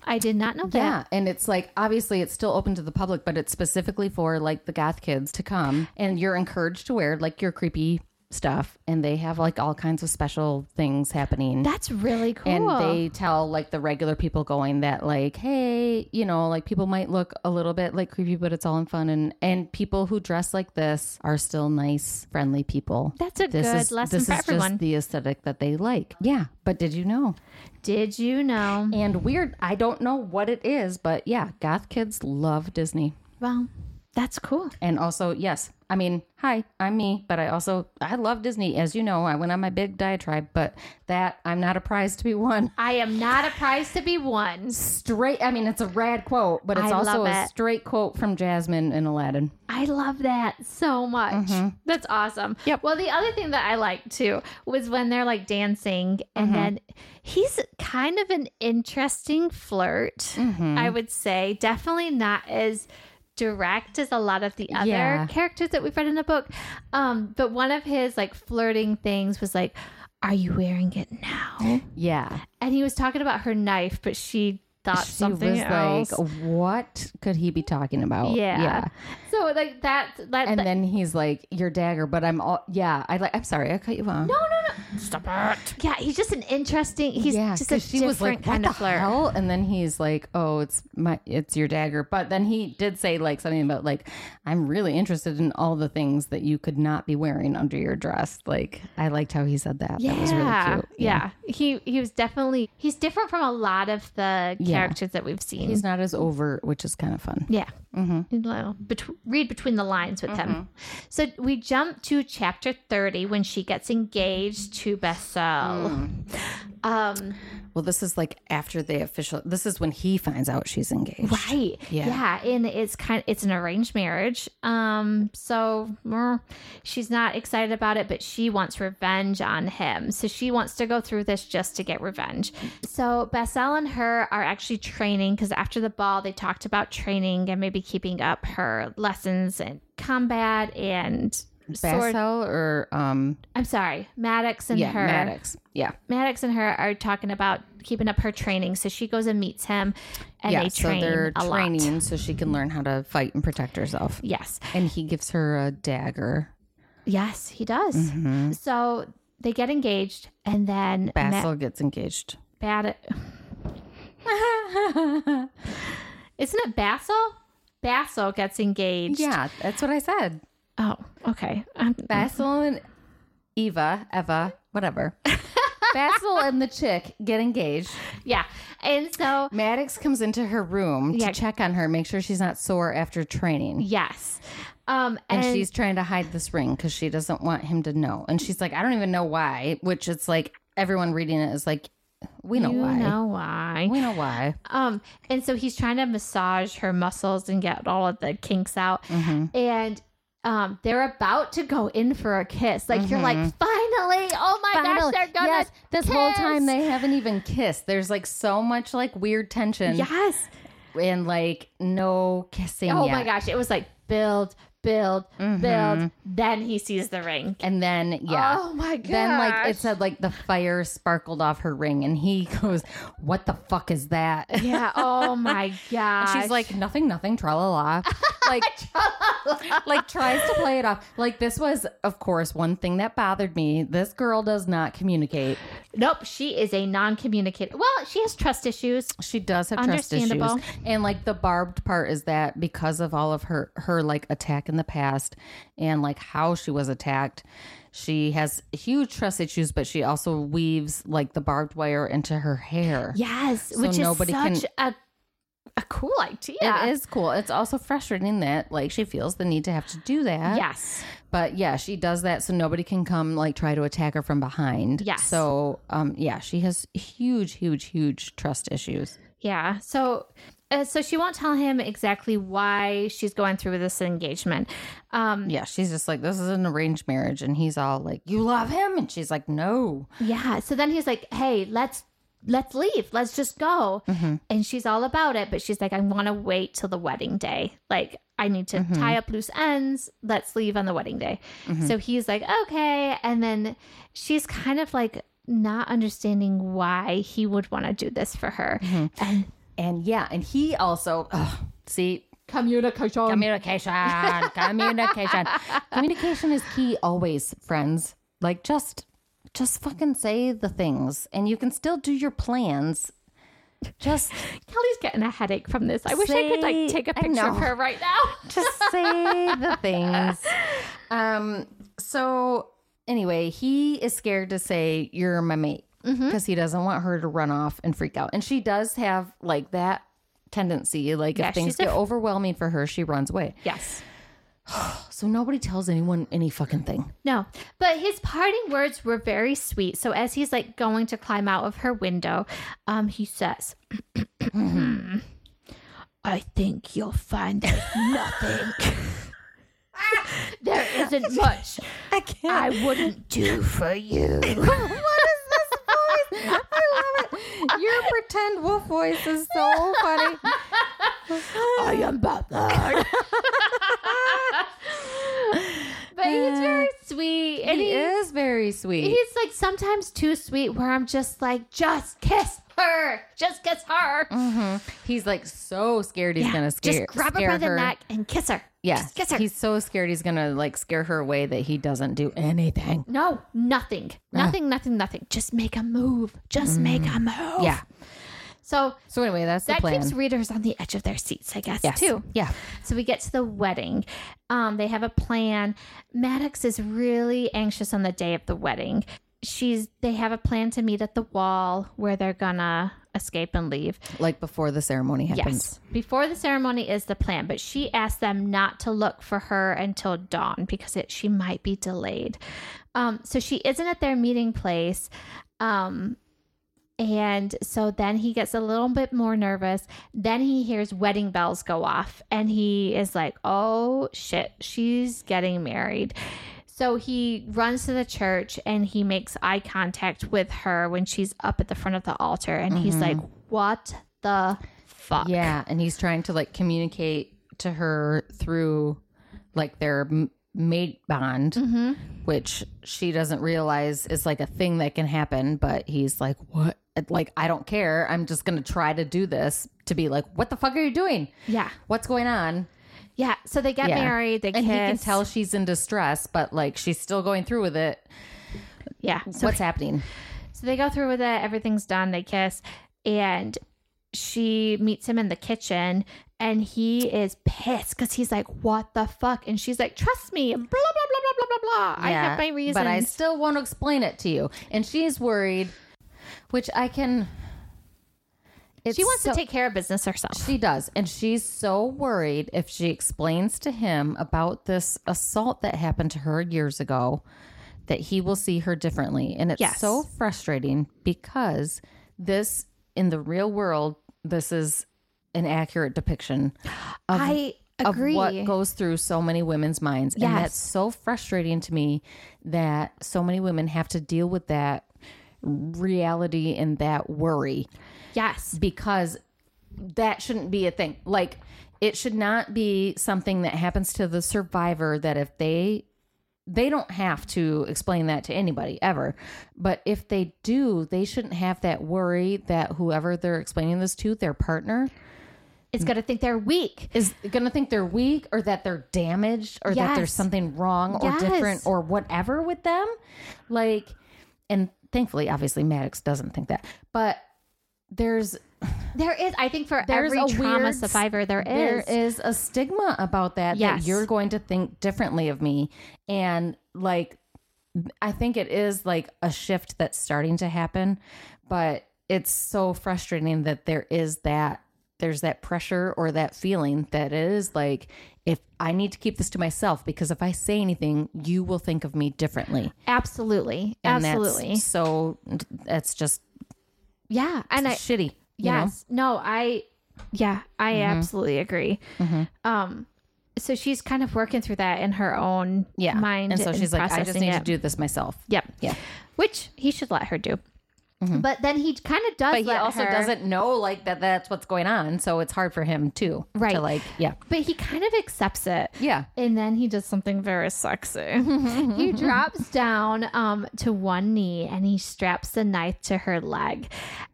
Speaker 2: I did not know that.
Speaker 1: Yeah. And it's like, obviously, it's still open to the public, but it's specifically for like the goth kids to come. And you're encouraged to wear like your creepy stuff. And they have like all kinds of special things happening.
Speaker 2: That's really cool.
Speaker 1: and they tell like the regular people going that like hey you know like people might look a little bit like creepy but it's all in fun and and people who dress like this are still nice friendly people
Speaker 2: That's a good lesson
Speaker 1: this
Speaker 2: for
Speaker 1: is
Speaker 2: everyone.
Speaker 1: just the aesthetic that they like. Yeah, but did you know?
Speaker 2: did you know?
Speaker 1: And weird, I don't know what it is, but yeah, goth kids love Disney.
Speaker 2: Well, that's cool.
Speaker 1: And also, yes, I mean, hi, I'm me, but I also I love Disney. As you know, I went on my big diatribe, but that I'm not a prize to be won.
Speaker 2: I am not a prize to be won.
Speaker 1: Straight, I mean, it's a rad quote, but it's
Speaker 2: I
Speaker 1: also
Speaker 2: love
Speaker 1: a
Speaker 2: it.
Speaker 1: straight quote from Jasmine and Aladdin.
Speaker 2: I love that so much. That's awesome.
Speaker 1: Mm-hmm. Yep.
Speaker 2: Well, the other thing that I liked too was when they're like dancing, and
Speaker 1: Mm-hmm.
Speaker 2: then he's kind of an interesting flirt,
Speaker 1: Mm-hmm.
Speaker 2: I would say. Definitely not as direct as a lot of the other
Speaker 1: Yeah.
Speaker 2: characters that we've read in the book. Um, but one of his like flirting things was like, Are you wearing it now?
Speaker 1: Yeah,
Speaker 2: And he was talking about her knife, but she thought
Speaker 1: she
Speaker 2: something
Speaker 1: was
Speaker 2: else.
Speaker 1: like, "What could he be talking about?"
Speaker 2: yeah. So like that that
Speaker 1: And
Speaker 2: that-
Speaker 1: then he's like, "Your dagger," but I'm all, yeah. I like. I'm sorry, I cut you off.
Speaker 2: no no no stop it. Yeah, he's just an interesting. He's
Speaker 1: yeah,
Speaker 2: just a
Speaker 1: 'cause she
Speaker 2: different
Speaker 1: was like, "What
Speaker 2: kind
Speaker 1: the
Speaker 2: of flirt.
Speaker 1: hell?" And then he's like, "Oh, it's my, it's your dagger." But then he did say like something about like, "I'm really interested in all the things that you could not be wearing under your dress." Like, I liked how he said that. That was really cute.
Speaker 2: Yeah. He he was definitely he's different from a lot of the
Speaker 1: Yeah.
Speaker 2: characters that we've seen.
Speaker 1: He's not as overt, which is kind of fun.
Speaker 2: yeah. Mm-hmm. read between the lines with him.
Speaker 1: Mm-hmm.
Speaker 2: So we jump to chapter 30 when she gets engaged to Bessel. Um,
Speaker 1: Well, this is like after the official. This is when he finds out she's engaged.
Speaker 2: right.
Speaker 1: Yeah.
Speaker 2: And it's kind it's an arranged marriage. Um, so mm, she's not excited about it, but she wants revenge on him. So she wants to go through this just to get revenge. So Bessel and her are actually training because after the ball, they talked about training and maybe keeping up her lessons in combat and sword.
Speaker 1: Basil or um,
Speaker 2: I'm sorry, Maddox and
Speaker 1: yeah,
Speaker 2: her.
Speaker 1: Maddox. Yeah,
Speaker 2: Maddox and her are talking about keeping up her training. So she goes and meets him and
Speaker 1: yeah.
Speaker 2: they train
Speaker 1: so they're
Speaker 2: a lot.
Speaker 1: training so she can learn how to fight and protect herself.
Speaker 2: Yes.
Speaker 1: And he gives her a dagger.
Speaker 2: Yes, he does.
Speaker 1: Mhm.
Speaker 2: So they get engaged and then Ma-
Speaker 1: Basil gets engaged.
Speaker 2: Bad- Isn't it Basil? Basil gets engaged.
Speaker 1: Yeah, that's what I said.
Speaker 2: Oh, okay. Um,
Speaker 1: Basil and Eva, Eva, whatever. Basil and the chick get engaged.
Speaker 2: yeah. And so,
Speaker 1: Maddox comes into her room
Speaker 2: Yeah.
Speaker 1: to check on her, make sure she's not sore after training.
Speaker 2: yes. Um,
Speaker 1: And,
Speaker 2: and,
Speaker 1: she's trying to hide this ring because she doesn't want him to know. And she's like, I don't even know why, which it's like everyone reading it is like, we know
Speaker 2: you
Speaker 1: why.
Speaker 2: know why.
Speaker 1: We know why.
Speaker 2: Um, and so he's trying to massage her muscles and get all of the kinks out.
Speaker 1: Mm-hmm.
Speaker 2: And um, they're about to go in for a kiss. Like you're like, finally, oh my gosh,
Speaker 1: Mm-hmm. Finally.
Speaker 2: they're gonna
Speaker 1: yes, this whole time
Speaker 2: kiss!"
Speaker 1: they haven't even kissed. There's like so much like weird tension
Speaker 2: Yes.
Speaker 1: and like no kissing.
Speaker 2: Oh
Speaker 1: yet.
Speaker 2: my gosh, it was like build, build, build. Then he sees the ring.
Speaker 1: And then Mm-hmm. yeah.
Speaker 2: Oh my gosh.
Speaker 1: Then like it said like the fire sparkled off her ring and he goes, What the fuck is that?
Speaker 2: yeah. Oh my gosh.
Speaker 1: She's like, nothing, nothing, tra la la. Like, like tries to play it off. Like, this was, of course, one thing that bothered me. This girl does not communicate.
Speaker 2: nope. She is a non-communicative. Well, she has trust issues.
Speaker 1: She does have trust issues.
Speaker 2: Understandable.
Speaker 1: And like the barbed part is that because of all of her her like attack in the past and like how she was attacked, she has huge trust issues, but she also weaves like the barbed wire into her hair.
Speaker 2: Yes, which
Speaker 1: nobody can-
Speaker 2: is such a a cool idea.
Speaker 1: It is cool. It's also frustrating that like she feels the need to have to do that.
Speaker 2: Yes.
Speaker 1: But yeah, she does that so nobody can come like try to attack her from behind.
Speaker 2: Yes.
Speaker 1: So um yeah, she has huge, huge, huge trust issues.
Speaker 2: Yeah. So, uh, so she won't tell him exactly why she's going through with this engagement. Um,
Speaker 1: Yeah, she's just like, This is an arranged marriage and he's all like, You love him and she's like, No.
Speaker 2: yeah. So then he's like, "Hey, let's let's leave. Let's just go." And she's all about it, but she's like, "I want to wait till the wedding day. Like, I need to tie up loose ends. Let's leave on the wedding day." So he's like, "Okay," and then she's kind of like not understanding why he would want to do this for her. And
Speaker 1: And yeah, and he also ugh, see
Speaker 2: communication.
Speaker 1: communication. communication. communication is key always, friends. Like just just fucking say the things and you can still do your plans. Just
Speaker 2: Kelly's getting a headache from this. I wish I could like
Speaker 1: Say-
Speaker 2: take a
Speaker 1: I
Speaker 2: picture of
Speaker 1: know.
Speaker 2: her right now.
Speaker 1: just say the things. Um. So anyway, he is scared to say you're my mate because
Speaker 2: Mm-hmm.
Speaker 1: he doesn't want her to run off and freak out, and she does have like that tendency. Like
Speaker 2: Yeah,
Speaker 1: if things
Speaker 2: she's a-
Speaker 1: get overwhelming for her, she runs away.
Speaker 2: Yes.
Speaker 1: So nobody tells anyone any fucking thing.
Speaker 2: No. But his parting words were very sweet. So as he's like going to climb out of her window, um, he says, I think you'll find there's nothing. there isn't much
Speaker 1: I can't.
Speaker 2: I wouldn't do for you.
Speaker 1: what is this voice? I love it. Your pretend wolf voice is so funny.
Speaker 2: I am Batman. but he's very sweet. And
Speaker 1: He
Speaker 2: he
Speaker 1: is very sweet.
Speaker 2: He's like sometimes too sweet where I'm just like, just kiss. her. Just kiss her.
Speaker 1: He's like so scared he's
Speaker 2: Yeah.
Speaker 1: Mm-hmm. gonna scare,
Speaker 2: Just grab her
Speaker 1: scare
Speaker 2: by the
Speaker 1: her.
Speaker 2: neck and kiss her.
Speaker 1: Yeah,
Speaker 2: Just kiss her.
Speaker 1: he's so scared he's gonna like scare her away that he doesn't do anything.
Speaker 2: no, nothing.
Speaker 1: Uh.
Speaker 2: Nothing, nothing, nothing. Just make a move. Just make a move.
Speaker 1: Mm. Yeah.
Speaker 2: So
Speaker 1: So anyway, that's the
Speaker 2: Oh. that
Speaker 1: plan.
Speaker 2: keeps readers on the edge of their seats, I guess,
Speaker 1: yes.
Speaker 2: too.
Speaker 1: Yeah.
Speaker 2: So we get to the wedding. Um, they have a plan. Maddox is really anxious on the day of the wedding. She's they have a plan to meet at the wall where they're gonna escape and leave.
Speaker 1: Like before the ceremony
Speaker 2: Yes.
Speaker 1: happens.
Speaker 2: Before the ceremony is the plan, but she asked them not to look for her until dawn because it, she might be delayed. Um, so she isn't at their meeting place. Um, and so then he gets a little bit more nervous. Then he hears wedding bells go off and he is like, oh shit, she's getting married. So he runs to the church and he makes eye contact with her when she's up at the front of the altar and he's like, what the fuck?
Speaker 1: Yeah, and he's trying to like communicate to her through like their m- mate bond,
Speaker 2: Mm-hmm.
Speaker 1: which she doesn't realize is like a thing that can happen. But he's like, "What? Like, I don't care. I'm just gonna try to do this to be like, what the fuck are you doing?
Speaker 2: Yeah.
Speaker 1: What's going on?"
Speaker 2: Yeah. So they get
Speaker 1: Yeah.
Speaker 2: married. They
Speaker 1: And
Speaker 2: kiss.
Speaker 1: he can tell she's in distress, but like she's still going through with it.
Speaker 2: Yeah. So,
Speaker 1: What's happening?
Speaker 2: so they go through with it. Everything's done. They kiss. And she meets him in the kitchen. And he is pissed because he's like, what the fuck? And she's like, trust me. Blah, blah, blah, blah, blah, blah, blah. I have my reasons.
Speaker 1: But I still want to explain it to you. And she's worried, which I can. It's
Speaker 2: she wants
Speaker 1: so-
Speaker 2: to take care of business herself.
Speaker 1: She does. And she's so worried if she explains to him about this assault that happened to her years ago that he will see her differently. And it's
Speaker 2: Yes.
Speaker 1: so frustrating because this, in the real world, this is an accurate depiction
Speaker 2: I agree.
Speaker 1: of what goes through so many women's minds. And
Speaker 2: Yes.
Speaker 1: that's so frustrating to me that so many women have to deal with that reality and that worry
Speaker 2: yes.
Speaker 1: because that shouldn't be a thing. Like it should not be something that happens to the survivor that if they they don't have to explain that to anybody ever. But if they do, they shouldn't have that worry that whoever they're explaining this to, their partner,
Speaker 2: It's
Speaker 1: Mm.
Speaker 2: going to think they're weak.
Speaker 1: is going to think they're weak or that they're damaged or that
Speaker 2: Yes.
Speaker 1: there's something wrong or
Speaker 2: Yes.
Speaker 1: different or whatever with them. Like, and thankfully, obviously, Maddox doesn't think that. But there's
Speaker 2: There is, I think, for
Speaker 1: There's
Speaker 2: every
Speaker 1: a
Speaker 2: trauma
Speaker 1: weird s-
Speaker 2: survivor, there is.
Speaker 1: there is a stigma about that
Speaker 2: Yes.
Speaker 1: that you're going to think differently of me and like i think it is like a shift that's starting to happen but it's so frustrating that there is that there's that pressure or that feeling that it is like if i need to keep this to myself because if i say anything you will think of me differently
Speaker 2: Absolutely.
Speaker 1: and
Speaker 2: Absolutely.
Speaker 1: that's so that's just
Speaker 2: yeah. And I,
Speaker 1: shitty you know? Mm-hmm.
Speaker 2: Yes. No, I yeah, I absolutely agree. Um so she's kind of working through that in her own
Speaker 1: yeah
Speaker 2: mind.
Speaker 1: and so she's like i just
Speaker 2: processing
Speaker 1: need
Speaker 2: it.
Speaker 1: to do this myself
Speaker 2: Yep.
Speaker 1: Yeah. Mm-hmm.
Speaker 2: Which he should let her do. But then he kind of does
Speaker 1: but he
Speaker 2: let
Speaker 1: also
Speaker 2: her-
Speaker 1: doesn't know like that that's what's going on so it's hard for him too
Speaker 2: Right.
Speaker 1: to like yeah
Speaker 2: but he kind of accepts it.
Speaker 1: yeah
Speaker 2: And then he does something very sexy. he drops down um, to one knee and he straps the knife to her leg.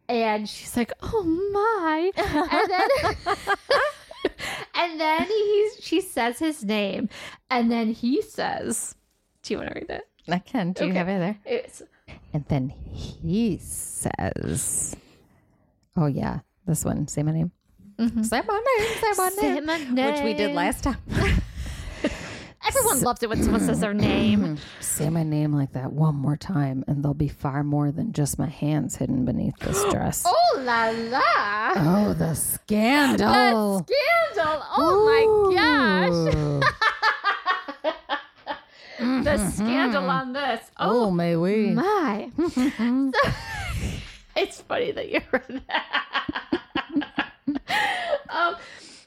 Speaker 2: And she's like, oh my. And then. And then he, she says his name, and then he says, "Do you want to read it?
Speaker 1: i can do you have it there
Speaker 2: It's
Speaker 1: and then he says oh yeah this one say my name say my name Mm-hmm. say my
Speaker 2: Say
Speaker 1: name
Speaker 2: my
Speaker 1: which we did
Speaker 2: name.
Speaker 1: last time
Speaker 2: everyone loves it when someone says their name."
Speaker 1: say my name like that one more time and there'll be far more than just my hands hidden beneath this dress oh,
Speaker 2: Oh la la!
Speaker 1: the scandal
Speaker 2: Scandal! Oh my gosh!
Speaker 1: Ooh.
Speaker 2: The scandal on this. Oh
Speaker 1: oh may we
Speaker 2: my! So- it's funny that you read that. um,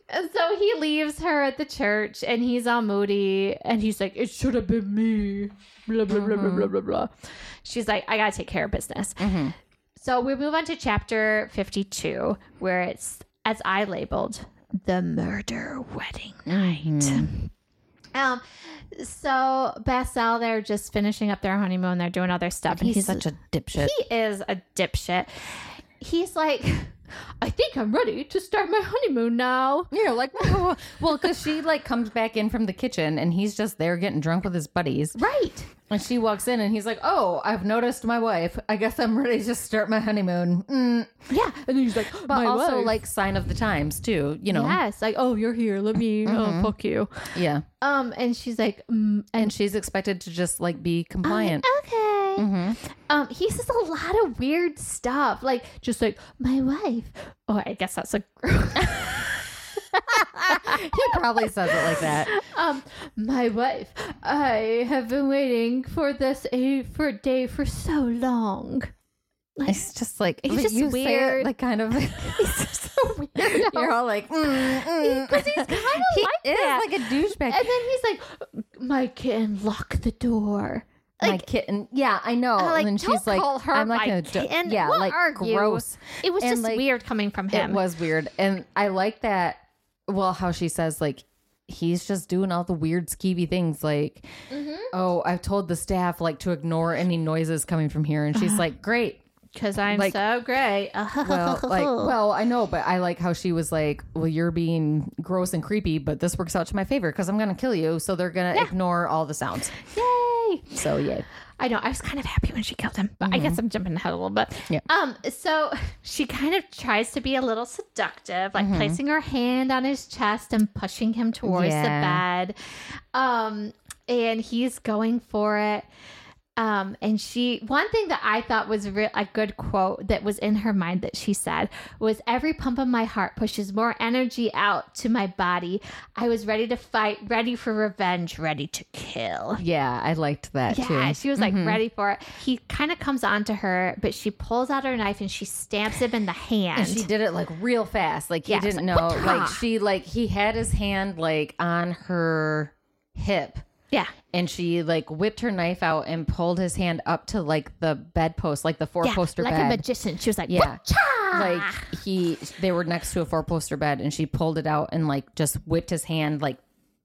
Speaker 2: and so he leaves her at the church, and he's all moody, and he's like, "It should have been me." Blah blah blah blah blah blah blah. She's like, "I gotta take care of business." So we move on to chapter fifty-two, where it's as I labeled the murder wedding night. Um, so Basel, they're just finishing up their honeymoon. They're doing all their stuff, and
Speaker 1: he's
Speaker 2: he's like.
Speaker 1: such a dipshit
Speaker 2: He is a dipshit. he's like, I think I'm ready to start my honeymoon now.
Speaker 1: You're like, well, because she like comes back in from the kitchen and he's just there getting drunk with his buddies.
Speaker 2: Right.
Speaker 1: And she walks in and he's like, oh, I've noticed my wife. I guess I'm ready to start my honeymoon. Mm.
Speaker 2: Yeah. And then he's like,
Speaker 1: But also, like, sign of the times, too, you know?
Speaker 2: yes, like, oh, you're here. Let me, oh, fuck you.
Speaker 1: Yeah.
Speaker 2: Um, and she's like, mm, and
Speaker 1: And she's expected to just like be compliant.
Speaker 2: okay. Um, he says a lot of weird stuff, like just like my wife. Oh, I guess that's a girl.
Speaker 1: he probably says it like that.
Speaker 2: um, my wife. I have been waiting for this a for a day for so long.
Speaker 1: It's just like,
Speaker 2: It's
Speaker 1: but
Speaker 2: just
Speaker 1: you say it,
Speaker 2: weird.
Speaker 1: like, kind of.
Speaker 2: He's just so weird.
Speaker 1: You're all like, mm, mm.
Speaker 2: Because he's kind of
Speaker 1: he
Speaker 2: like
Speaker 1: is
Speaker 2: that.
Speaker 1: like a douchebag.
Speaker 2: and then he's like, "My kitten, lock the door."
Speaker 1: my kitten. Yeah, I know.
Speaker 2: like,
Speaker 1: and then
Speaker 2: don't
Speaker 1: she's like,
Speaker 2: call her
Speaker 1: I'm not
Speaker 2: my
Speaker 1: going to.
Speaker 2: kitten.
Speaker 1: Yeah,
Speaker 2: What
Speaker 1: like
Speaker 2: are you?
Speaker 1: gross.
Speaker 2: It was
Speaker 1: And,
Speaker 2: just
Speaker 1: like,
Speaker 2: weird coming from
Speaker 1: It
Speaker 2: him.
Speaker 1: was weird, and I like that. Well, how she says like. He's just doing all the weird, skeevy things like,
Speaker 2: Mm-hmm.
Speaker 1: oh, I've told the staff like to ignore any noises coming from here, and she's like, great,
Speaker 2: because I'm
Speaker 1: Like-
Speaker 2: so Uh-huh. great.
Speaker 1: well, like, well, I know, but I like how she was like, well, you're being gross and creepy, but this works out to my favor because I'm gonna kill you, so they're gonna ignore all the sounds.
Speaker 2: yay!
Speaker 1: So yeah,
Speaker 2: I know. I was kind of happy when she killed him, but I guess I'm jumping ahead a little bit.
Speaker 1: Mm-hmm. Yeah.
Speaker 2: Um. So she kind of tries to be a little seductive, like
Speaker 1: Mm-hmm.
Speaker 2: placing her hand on his chest and pushing him towards
Speaker 1: Yeah.
Speaker 2: the bed. Um. And he's going for it. Um, and she, one thing that I thought was re- a good quote that was in her mind that she said was, Every pump of my heart pushes more energy out to my body. I was ready to fight, ready for revenge, ready to kill.
Speaker 1: yeah, I liked that
Speaker 2: Yeah,
Speaker 1: too. Mm-hmm.
Speaker 2: she was like ready for it. He kind of comes on to her, but she pulls out her knife and she stamps him in the hand.
Speaker 1: And she did it like real fast. Like he
Speaker 2: Yeah, it's
Speaker 1: didn't
Speaker 2: like,
Speaker 1: know.
Speaker 2: "Wata!"
Speaker 1: Like she like he had his hand like on her hip
Speaker 2: yeah,
Speaker 1: and she like whipped her knife out and pulled his hand up to like the bedpost, like the four
Speaker 2: yeah,
Speaker 1: poster
Speaker 2: like a Ah.
Speaker 1: bed.
Speaker 2: magician. She was like,
Speaker 1: yeah.
Speaker 2: "Wacha!"
Speaker 1: Like he they were next to a four poster bed and she pulled it out and like just whipped his hand like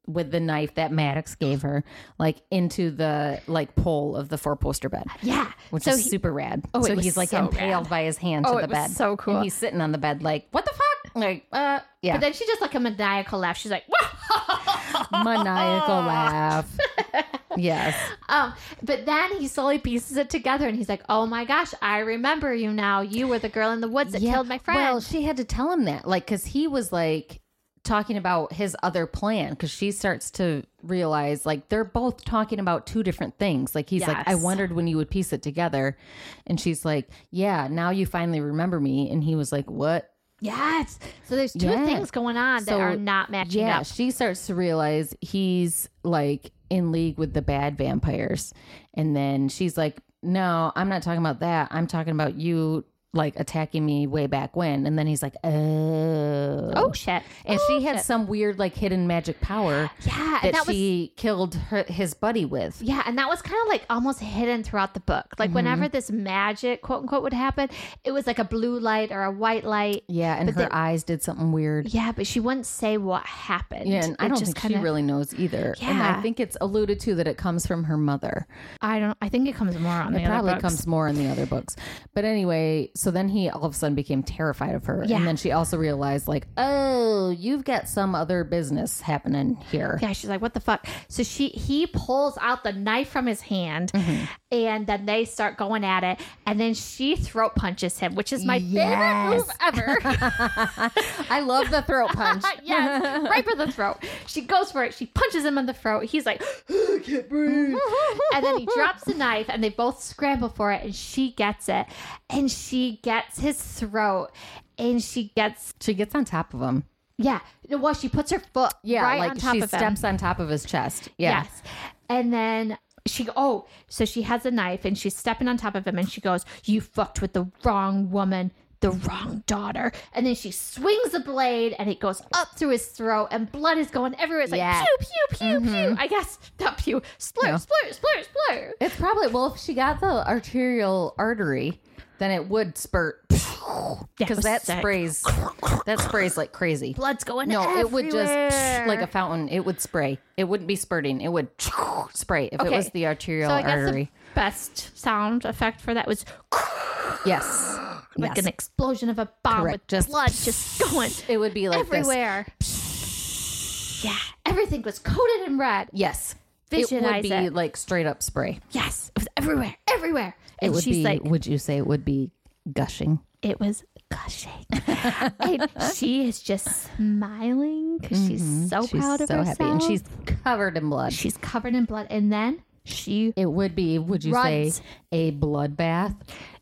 Speaker 1: with the knife that Maddox gave her, like into the like pole of the four poster bed.
Speaker 2: yeah.
Speaker 1: Which
Speaker 2: so
Speaker 1: is
Speaker 2: he-
Speaker 1: super rad.
Speaker 2: Oh, it
Speaker 1: so
Speaker 2: was
Speaker 1: he's like
Speaker 2: so
Speaker 1: impaled
Speaker 2: rad.
Speaker 1: by his hand
Speaker 2: Oh,
Speaker 1: to the
Speaker 2: it was
Speaker 1: bed.
Speaker 2: so cool.
Speaker 1: And he's sitting on the bed like, what the fuck? Like, uh, yeah.
Speaker 2: but then she just like a maniacal laugh. She's like, "Wah!"
Speaker 1: maniacal laugh. yes.
Speaker 2: um, but then he slowly pieces it together and he's like, "Oh my gosh, I remember you now. You were the girl in the woods that killed my friend."
Speaker 1: Well, she had to tell him that, like, because he was like talking about his other plan because she starts to realize like they're both talking about two different things like he's like i
Speaker 2: Yes.
Speaker 1: wondered when you would piece it together and she's like yeah now you finally remember me and he was like what
Speaker 2: yes. So there's two
Speaker 1: Yeah.
Speaker 2: things going on that
Speaker 1: So,
Speaker 2: are not matching
Speaker 1: Yeah,
Speaker 2: up.
Speaker 1: she starts to realize he's like in league with the bad vampires. And then she's like, No, I'm not talking about that. I'm talking about you like attacking me way back when. And then he's like, Oh.
Speaker 2: Oh shit.
Speaker 1: And
Speaker 2: Oh,
Speaker 1: she had some weird, like, hidden magic power
Speaker 2: yeah,
Speaker 1: that,
Speaker 2: and that was
Speaker 1: she killed her, his buddy with.
Speaker 2: Yeah, and that was kind of like almost hidden throughout the book. Like
Speaker 1: Mm-hmm.
Speaker 2: whenever this magic quote unquote would happen, it was like a blue light or a white light.
Speaker 1: Yeah, and
Speaker 2: But
Speaker 1: her
Speaker 2: the-
Speaker 1: eyes did something weird.
Speaker 2: Yeah, but she wouldn't say what happened.
Speaker 1: Yeah, and I
Speaker 2: It
Speaker 1: don't
Speaker 2: just
Speaker 1: think she really knows either. And
Speaker 2: Yeah.
Speaker 1: I think it's alluded to that it comes from her mother.
Speaker 2: I don't. I think it comes more on the
Speaker 1: It probably
Speaker 2: other books.
Speaker 1: comes more in the other books. But anyway, so then he all of a sudden became terrified of her.
Speaker 2: Yeah.
Speaker 1: And then she also realized, like, oh, you've got some other business happening here.
Speaker 2: Yeah, she's like, "What the fuck?" So she he pulls out the knife from his hand,
Speaker 1: Mm-hmm.
Speaker 2: and then they start going at it, and then she throat punches him, which is my favorite move ever.
Speaker 1: I love the throat punch.
Speaker 2: yes, Uh, right for the throat. She goes for it. She punches him in the throat. He's like, I can't breathe. and then he drops the knife, and they both scramble for it, and she gets it. And she gets his throat, and she gets,
Speaker 1: she gets on top of him.
Speaker 2: yeah, well, she puts her foot
Speaker 1: Yeah,
Speaker 2: right
Speaker 1: like
Speaker 2: on top
Speaker 1: she
Speaker 2: of him.
Speaker 1: steps on top of his chest. Yeah.
Speaker 2: Yes. And then she oh, so she has a knife and she's stepping on top of him and she goes, "You fucked with the wrong woman." The wrong daughter, and then she swings the blade, and it goes up through his throat, and blood is going everywhere. It's like
Speaker 1: Yeah. Mm-hmm.
Speaker 2: pew, pew, pew, pew. I guess not pew, splur,
Speaker 1: No.
Speaker 2: splur, splur, splur.
Speaker 1: It's probably, well, if she got the arterial artery, then it would spurt. Because
Speaker 2: was
Speaker 1: that
Speaker 2: sick.
Speaker 1: sprays, that sprays like crazy.
Speaker 2: Blood's going
Speaker 1: No,
Speaker 2: everywhere.
Speaker 1: it would just like a fountain. It would spray. It wouldn't be spurting. It would spray if it
Speaker 2: Okay.
Speaker 1: was the arterial
Speaker 2: so I guess
Speaker 1: artery.
Speaker 2: the best sound effect for that was
Speaker 1: Yes.
Speaker 2: like
Speaker 1: Yes.
Speaker 2: an explosion of a bomb
Speaker 1: Correct.
Speaker 2: with
Speaker 1: Just
Speaker 2: blood just going
Speaker 1: It would be like
Speaker 2: everywhere. Yeah, everything was coated in red.
Speaker 1: This. Yes. it would
Speaker 2: Visualize
Speaker 1: be
Speaker 2: it.
Speaker 1: like straight up spray.
Speaker 2: Yes, it was everywhere, everywhere.
Speaker 1: It
Speaker 2: And
Speaker 1: would
Speaker 2: she's
Speaker 1: be.
Speaker 2: like,
Speaker 1: would you say it would be gushing?
Speaker 2: it was gushing. and she is just smiling because she's so
Speaker 1: Mm-hmm. she's
Speaker 2: proud of
Speaker 1: so
Speaker 2: herself.
Speaker 1: happy, and she's covered in blood.
Speaker 2: she's covered in blood. And then she,
Speaker 1: It would be. Would you
Speaker 2: Runs.
Speaker 1: say a bloodbath?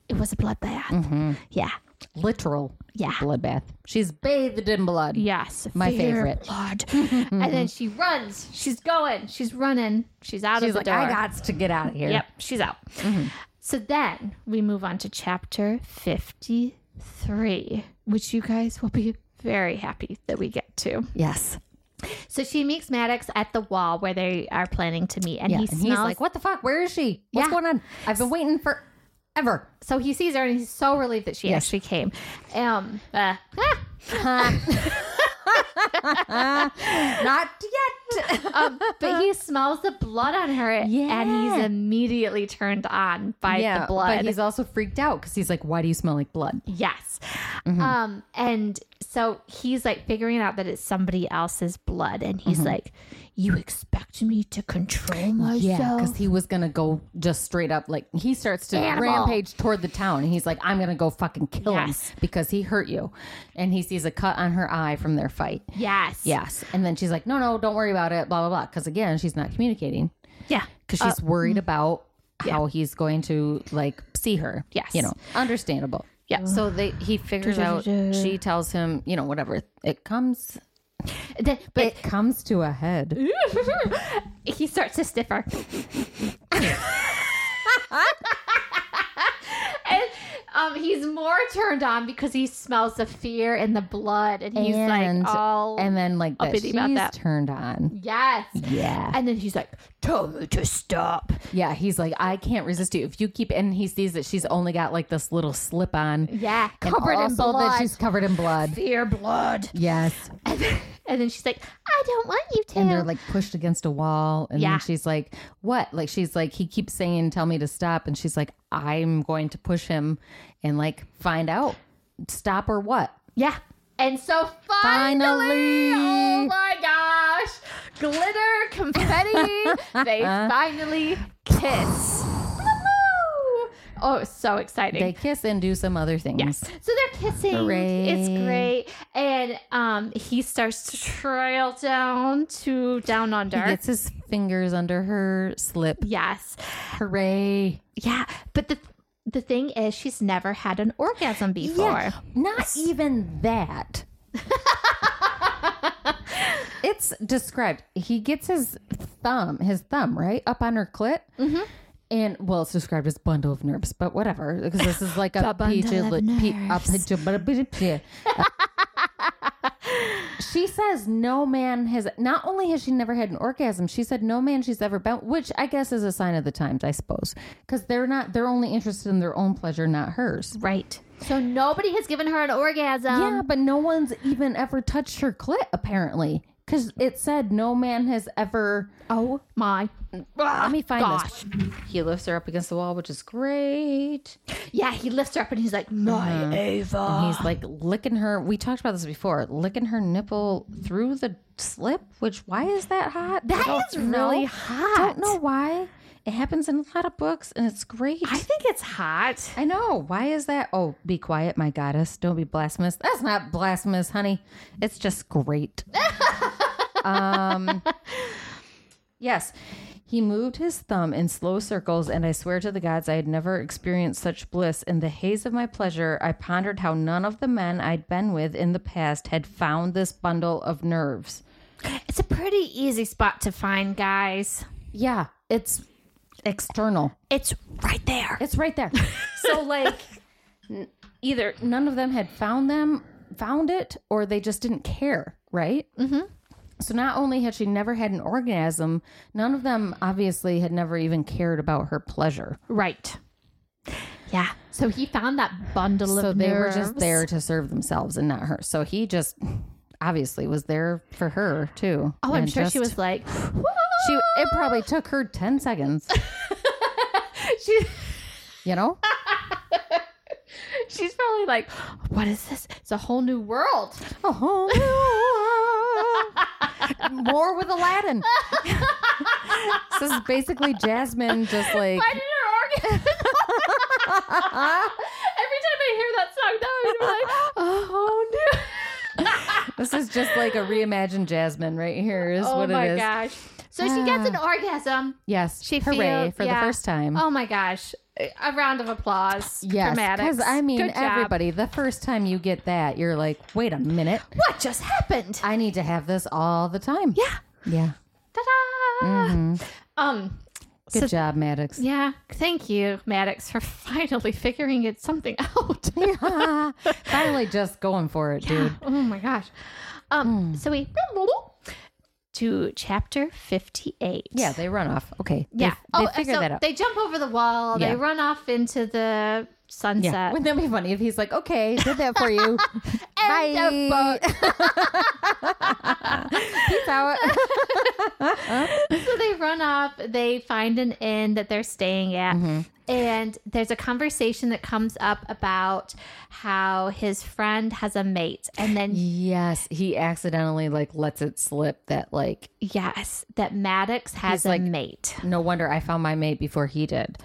Speaker 2: it was a bloodbath.
Speaker 1: Mm-hmm.
Speaker 2: Yeah,
Speaker 1: Literal.
Speaker 2: Yeah.
Speaker 1: Bloodbath. She's bathed in blood.
Speaker 2: yes,
Speaker 1: My
Speaker 2: Dear
Speaker 1: favorite.
Speaker 2: Lord. and then she runs. She's going. She's running. She's out
Speaker 1: She's
Speaker 2: of the
Speaker 1: like,
Speaker 2: door.
Speaker 1: I got to get out of here.
Speaker 2: Yep, she's out.
Speaker 1: Mm-hmm.
Speaker 2: So then we move on to chapter 53, which you guys will be very happy that we get to.
Speaker 1: Yes.
Speaker 2: So she meets Maddox at the wall where they are planning to meet, and
Speaker 1: Yeah.
Speaker 2: he
Speaker 1: and
Speaker 2: smells.
Speaker 1: he's like, What the fuck? Where is she? What's
Speaker 2: Yeah.
Speaker 1: going on? I've been waiting for ever.
Speaker 2: so he sees her, and he's so relieved that she actually came. Um, uh, ah.
Speaker 1: Not yet.
Speaker 2: Um, but he smells the blood on her, and he's
Speaker 1: Yeah.
Speaker 2: immediately turned on by the blood.
Speaker 1: But he's also freaked out because he's like, Why do you smell like blood?
Speaker 2: Yes.
Speaker 1: Mm-hmm.
Speaker 2: Um, and so he's like figuring out that it's somebody else's blood, and
Speaker 1: Mm-hmm.
Speaker 2: he's like, "You expect me to control
Speaker 1: Yeah,
Speaker 2: myself?"
Speaker 1: because he was gonna go just straight up like he starts to
Speaker 2: Animal.
Speaker 1: rampage toward the town. And he's like, "I'm gonna go fucking kill
Speaker 2: Yes.
Speaker 1: him because he hurt you," and he sees a cut on her eye from their fight.
Speaker 2: yes.
Speaker 1: Yes, and then she's like, "No, no, don't worry about it." Blah blah blah. Because again, she's not communicating
Speaker 2: Yeah.
Speaker 1: because she's
Speaker 2: Uh,
Speaker 1: worried
Speaker 2: mm-hmm.
Speaker 1: about how he's going to like see her.
Speaker 2: Yes.
Speaker 1: you know, understandable.
Speaker 2: Yeah.
Speaker 1: So they he figures out.
Speaker 2: Du-du-du-du.
Speaker 1: She tells him, you know, whatever. It comes.
Speaker 2: Then, but
Speaker 1: It comes to a head.
Speaker 2: he starts to sniff her. and um, he's more turned on because he smells the fear and the blood, and he's
Speaker 1: and,
Speaker 2: like all
Speaker 1: and then like that
Speaker 2: uppity
Speaker 1: she's
Speaker 2: about that.
Speaker 1: turned on.
Speaker 2: yes.
Speaker 1: Yeah.
Speaker 2: And then he's like, "Tell me to stop."
Speaker 1: Yeah, he's like, I can't resist you. If you keep and he sees that she's only got like this little slip on.
Speaker 2: Yeah,
Speaker 1: And
Speaker 2: covered in
Speaker 1: also
Speaker 2: blood.
Speaker 1: That she's covered in blood.
Speaker 2: fear blood.
Speaker 1: Yes.
Speaker 2: And then, and then she's like, I don't want you to.
Speaker 1: And they're like pushed against a wall. And
Speaker 2: Yeah.
Speaker 1: then she's like, What? Like she's like, he keeps saying, Tell me to stop. And she's like, I'm going to push him and like find out. Stop or what?
Speaker 2: yeah. And so finally,
Speaker 1: Finally.
Speaker 2: oh my gosh, glitter, confetti, they finally kiss. Woo-hoo! Oh, it's so exciting.
Speaker 1: They kiss and do some other things.
Speaker 2: Yes. So they're kissing.
Speaker 1: Hooray.
Speaker 2: It's great. And um, he starts to trail down to down under.
Speaker 1: He gets his fingers under her slip.
Speaker 2: yes.
Speaker 1: Hooray.
Speaker 2: Yeah. But the the thing is, she's never had an orgasm before.
Speaker 1: Yeah, not even that. it's described. He gets his thumb, his thumb, right up on her clit. Mm-hmm. And well, it's described as bundle of nerves, but whatever, because this is like a
Speaker 2: The bundle
Speaker 1: peach-
Speaker 2: of
Speaker 1: a pe- a
Speaker 2: nerves.
Speaker 1: peach- but a peach- yeah. She says no man has not only has she never had an orgasm, she said no man she's ever been, which I guess is a sign of the times, I suppose, because they're not they're only interested in their own pleasure, not hers.
Speaker 2: Right. So nobody has given her an orgasm.
Speaker 1: Yeah, but no one's even ever touched her clit, apparently. Because it said no man has ever.
Speaker 2: Oh my.
Speaker 1: Let me find
Speaker 2: gosh.
Speaker 1: this. Ah, He lifts her up against the wall, which is great.
Speaker 2: Yeah, he lifts her up and he's like, my Ava.
Speaker 1: He's like licking her. We talked about this before. Licking her nipple through the slip. Which why is that hot?
Speaker 2: That
Speaker 1: I don't
Speaker 2: is really
Speaker 1: know.
Speaker 2: hot.
Speaker 1: Don't know why. It happens in a lot of books, and it's great.
Speaker 2: I think it's hot.
Speaker 1: I know. Why is that? Oh, be quiet, my goddess. Don't be blasphemous. That's not blasphemous, honey. It's just great. um, yes. He moved his thumb in slow circles, and I swear to the gods I had never experienced such bliss. In the haze of my pleasure, I pondered how none of the men I'd been with in the past had found this bundle of nerves.
Speaker 2: It's a pretty easy spot to find, guys.
Speaker 1: Yeah, it's external.
Speaker 2: It's right there.
Speaker 1: It's right there. so like n- either none of them had found them found it or they just didn't care, right? Mm-hmm. So not only had she never had an orgasm, none of them obviously had never even cared about her pleasure.
Speaker 2: Right. Yeah. So he found that bundle of
Speaker 1: So they were just
Speaker 2: nerves.
Speaker 1: there to serve themselves and not her. So he just obviously was there for her too.
Speaker 2: Oh, I'm
Speaker 1: and
Speaker 2: sure she
Speaker 1: just-
Speaker 2: was like,
Speaker 1: she it probably took her 10 seconds,
Speaker 2: she,
Speaker 1: you know?
Speaker 2: She's probably like, what is this? It's a whole new world.
Speaker 1: More with Aladdin. this is basically Jasmine just like
Speaker 2: I did her organ. Every time I hear that song, now I'm like, oh no.
Speaker 1: this is just like a reimagined Jasmine right here is
Speaker 2: oh
Speaker 1: what
Speaker 2: my
Speaker 1: it is.
Speaker 2: gosh. So she gets an orgasm.
Speaker 1: Yes.
Speaker 2: She
Speaker 1: Hooray
Speaker 2: feels-
Speaker 1: for
Speaker 2: yeah.
Speaker 1: the first time.
Speaker 2: Oh my gosh. A round of applause.
Speaker 1: yes.
Speaker 2: Dramatics.
Speaker 1: Because I mean
Speaker 2: Good job.
Speaker 1: everybody, the first time you get that, you're like, wait a minute.
Speaker 2: What just happened?
Speaker 1: I need to have this all the time.
Speaker 2: yeah.
Speaker 1: Yeah.
Speaker 2: Ta-da.
Speaker 1: Mm-hmm.
Speaker 2: Um
Speaker 1: Good
Speaker 2: So-
Speaker 1: job, Maddox.
Speaker 2: yeah, thank you, Maddox, for finally figuring it something out.
Speaker 1: Finally just going for it, dude.
Speaker 2: Oh my gosh.
Speaker 1: Hmm.
Speaker 2: Um so we to chapter 58.
Speaker 1: Yeah, they run off. Okay. They-
Speaker 2: Yeah. oh,
Speaker 1: They, figure
Speaker 2: so
Speaker 1: that out.
Speaker 2: they jump over the wall. They
Speaker 1: Yeah.
Speaker 2: run off into the sunset.
Speaker 1: yeah. Wouldn't that be funny if he's like, okay, did that for you. Bye. Peace out.
Speaker 2: So they run up. They find an inn that they're staying at.
Speaker 1: Mm-hmm.
Speaker 2: And there's a conversation that comes up about how his friend has a mate. And then,
Speaker 1: yes. He accidentally like lets it slip that like,
Speaker 2: yes, that Maddox has
Speaker 1: He's
Speaker 2: a
Speaker 1: like-
Speaker 2: mate.
Speaker 1: no wonder I found my mate before he did.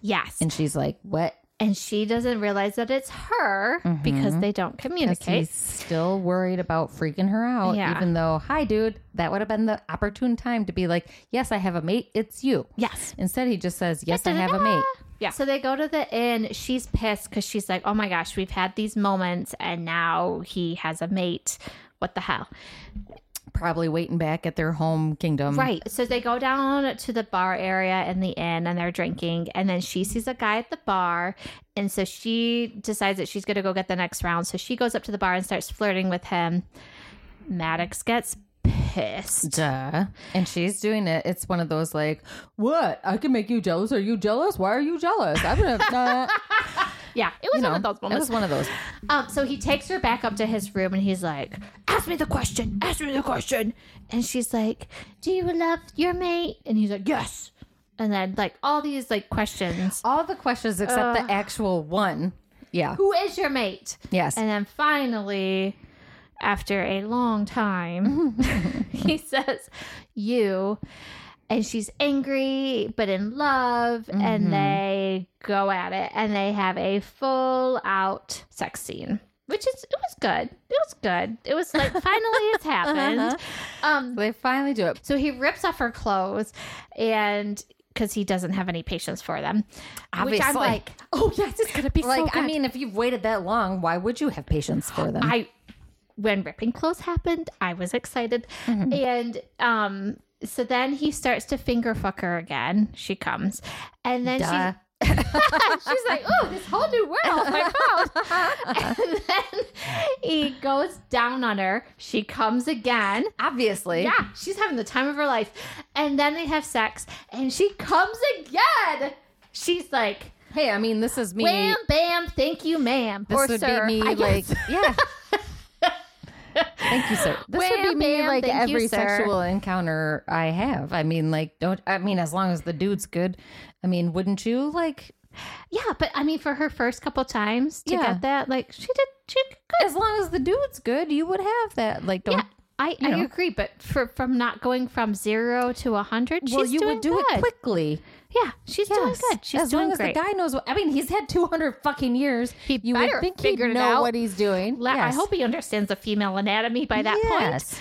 Speaker 2: Yes.
Speaker 1: And she's like, what?
Speaker 2: And she doesn't realize that it's her
Speaker 1: Mm-hmm.
Speaker 2: because they don't
Speaker 1: 'Cause
Speaker 2: communicate.
Speaker 1: He's still worried about freaking her out,
Speaker 2: Yeah.
Speaker 1: even though, hi, dude, that would have been the opportune time to be like, yes, I have a mate. It's you.
Speaker 2: Yes.
Speaker 1: Instead, he just says, yes, I have a mate.
Speaker 2: Yeah. So they go to the inn. She's pissed because she's like, oh my gosh, we've had these moments and now he has a mate. What the hell?
Speaker 1: Probably waiting back at their home kingdom.
Speaker 2: Right. So they go down to the bar area in the inn and they're drinking. And then she sees a guy at the bar. And so she decides that she's going to go get the next round. So she goes up to the bar and starts flirting with him. Maddox gets pissed.
Speaker 1: Duh. And she's doing it. It's one of those like, what? I can make you jealous. Are you jealous? Why are you jealous? I'm gonna. Uh,
Speaker 2: Yeah. It was
Speaker 1: you know,
Speaker 2: one of those
Speaker 1: It
Speaker 2: moments.
Speaker 1: was one of those.
Speaker 2: Um, so he takes her back up to his room and he's like, Ask me the question, ask me the question. And she's like, Do you love your mate? And he's like, Yes. And then, like, all these like questions
Speaker 1: All the questions except the actual one. Yeah.
Speaker 2: Who is your mate?
Speaker 1: Yes.
Speaker 2: And then finally, after a long time, he says, You. And she's angry, but in love. And they go at it and they have a full out sex scene. Which is it was good. It was good. It was like finally it's happened. Um
Speaker 1: they finally do it.
Speaker 2: so he rips off her clothes and because he doesn't have any patience for them. Which I'm
Speaker 1: Obviously.
Speaker 2: like, oh yes, it's gonna be so
Speaker 1: Like,
Speaker 2: good.
Speaker 1: I mean, if you've waited that long, why would you have patience for them?
Speaker 2: I when ripping clothes happened, I was excited.
Speaker 1: Mm-hmm.
Speaker 2: And um so then he starts to finger fuck her again. She comes. And then
Speaker 1: Duh.
Speaker 2: she she's like, oh, this whole new world I found. and then he goes down on her. She comes again.
Speaker 1: Obviously.
Speaker 2: Yeah, she's having the time of her life. And then they have sex and she comes again. She's like,
Speaker 1: Hey, I mean, this is me.
Speaker 2: wham, bam, thank you, ma'am.
Speaker 1: this
Speaker 2: or
Speaker 1: would
Speaker 2: sir,
Speaker 1: be me,
Speaker 2: I
Speaker 1: like,
Speaker 2: guess.
Speaker 1: yeah. Thank you, sir. This would be
Speaker 2: Wham,
Speaker 1: me,
Speaker 2: bam,
Speaker 1: like
Speaker 2: thank you,
Speaker 1: every
Speaker 2: sir.
Speaker 1: sexual encounter I have. I mean, like, don't. I mean, as long as the dude's good. I mean, wouldn't you like?
Speaker 2: Yeah, but I mean, for her first couple times to
Speaker 1: Yeah.
Speaker 2: get that, like she did, she did good.
Speaker 1: As long as the dude's good, you would have that. Like, don't.
Speaker 2: Yeah, I, I agree, but for from not going from zero to a hundred,
Speaker 1: well,
Speaker 2: she's
Speaker 1: you
Speaker 2: doing
Speaker 1: would do
Speaker 2: good.
Speaker 1: it quickly.
Speaker 2: Yeah, she's doing
Speaker 1: Yes.
Speaker 2: good. She's
Speaker 1: as
Speaker 2: doing
Speaker 1: long
Speaker 2: great.
Speaker 1: as the guy knows. What, I mean, he's had two hundred fucking years.
Speaker 2: He
Speaker 1: you
Speaker 2: better
Speaker 1: would think he'd
Speaker 2: figured it
Speaker 1: know
Speaker 2: out.
Speaker 1: what he's doing.
Speaker 2: Le- I
Speaker 1: Yes.
Speaker 2: hope he understands the female anatomy by that point.
Speaker 1: yes.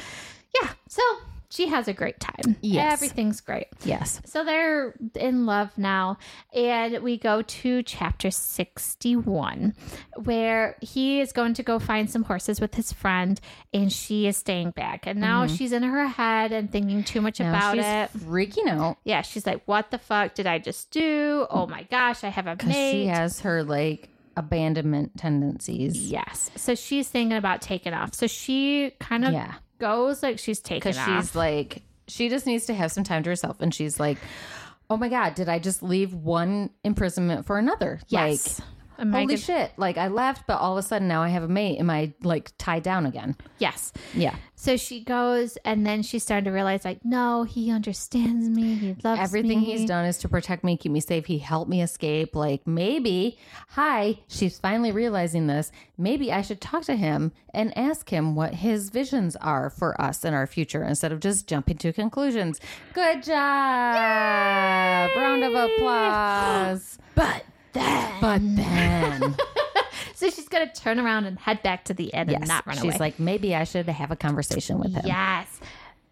Speaker 2: Yeah, so she has a great time.
Speaker 1: Yes.
Speaker 2: everything's great.
Speaker 1: Yes.
Speaker 2: So they're in love now. And we go to chapter 61, where he is going to go find some horses with his friend, and she is staying back. And now she's in her head and thinking too much
Speaker 1: Mm-hmm. Now
Speaker 2: about
Speaker 1: she's
Speaker 2: it.
Speaker 1: freaking out.
Speaker 2: Yeah, she's like, What the fuck did I just do? Oh my gosh, I have a
Speaker 1: 'cause
Speaker 2: mate.
Speaker 1: She has her like abandonment tendencies.
Speaker 2: yes. So she's thinking about taking off. So she kind of
Speaker 1: Yeah.
Speaker 2: goes like she's taking
Speaker 1: because
Speaker 2: off.
Speaker 1: she's like she just needs to have some time to herself and she's like oh my god did i just leave one imprisonment for another
Speaker 2: Yes.
Speaker 1: like
Speaker 2: Am I
Speaker 1: holy
Speaker 2: gonna-
Speaker 1: shit, like I left, but all of a sudden now I have a mate. Am I like tied down again?
Speaker 2: Yes.
Speaker 1: Yeah.
Speaker 2: So she goes, and then she started to realize, like, no, he understands me. He loves
Speaker 1: Everything
Speaker 2: me.
Speaker 1: he's done is to protect me, keep me safe. He helped me escape. Like maybe, hi, she's finally realizing this. Maybe I should talk to him and ask him what his visions are for us and our future instead of just jumping to conclusions. Good job. Round of applause.
Speaker 2: But then,
Speaker 1: But then
Speaker 2: so she's gonna turn around and head back to the end and
Speaker 1: yes,
Speaker 2: not run
Speaker 1: she's
Speaker 2: away.
Speaker 1: like, maybe I should have a conversation with him.
Speaker 2: yes.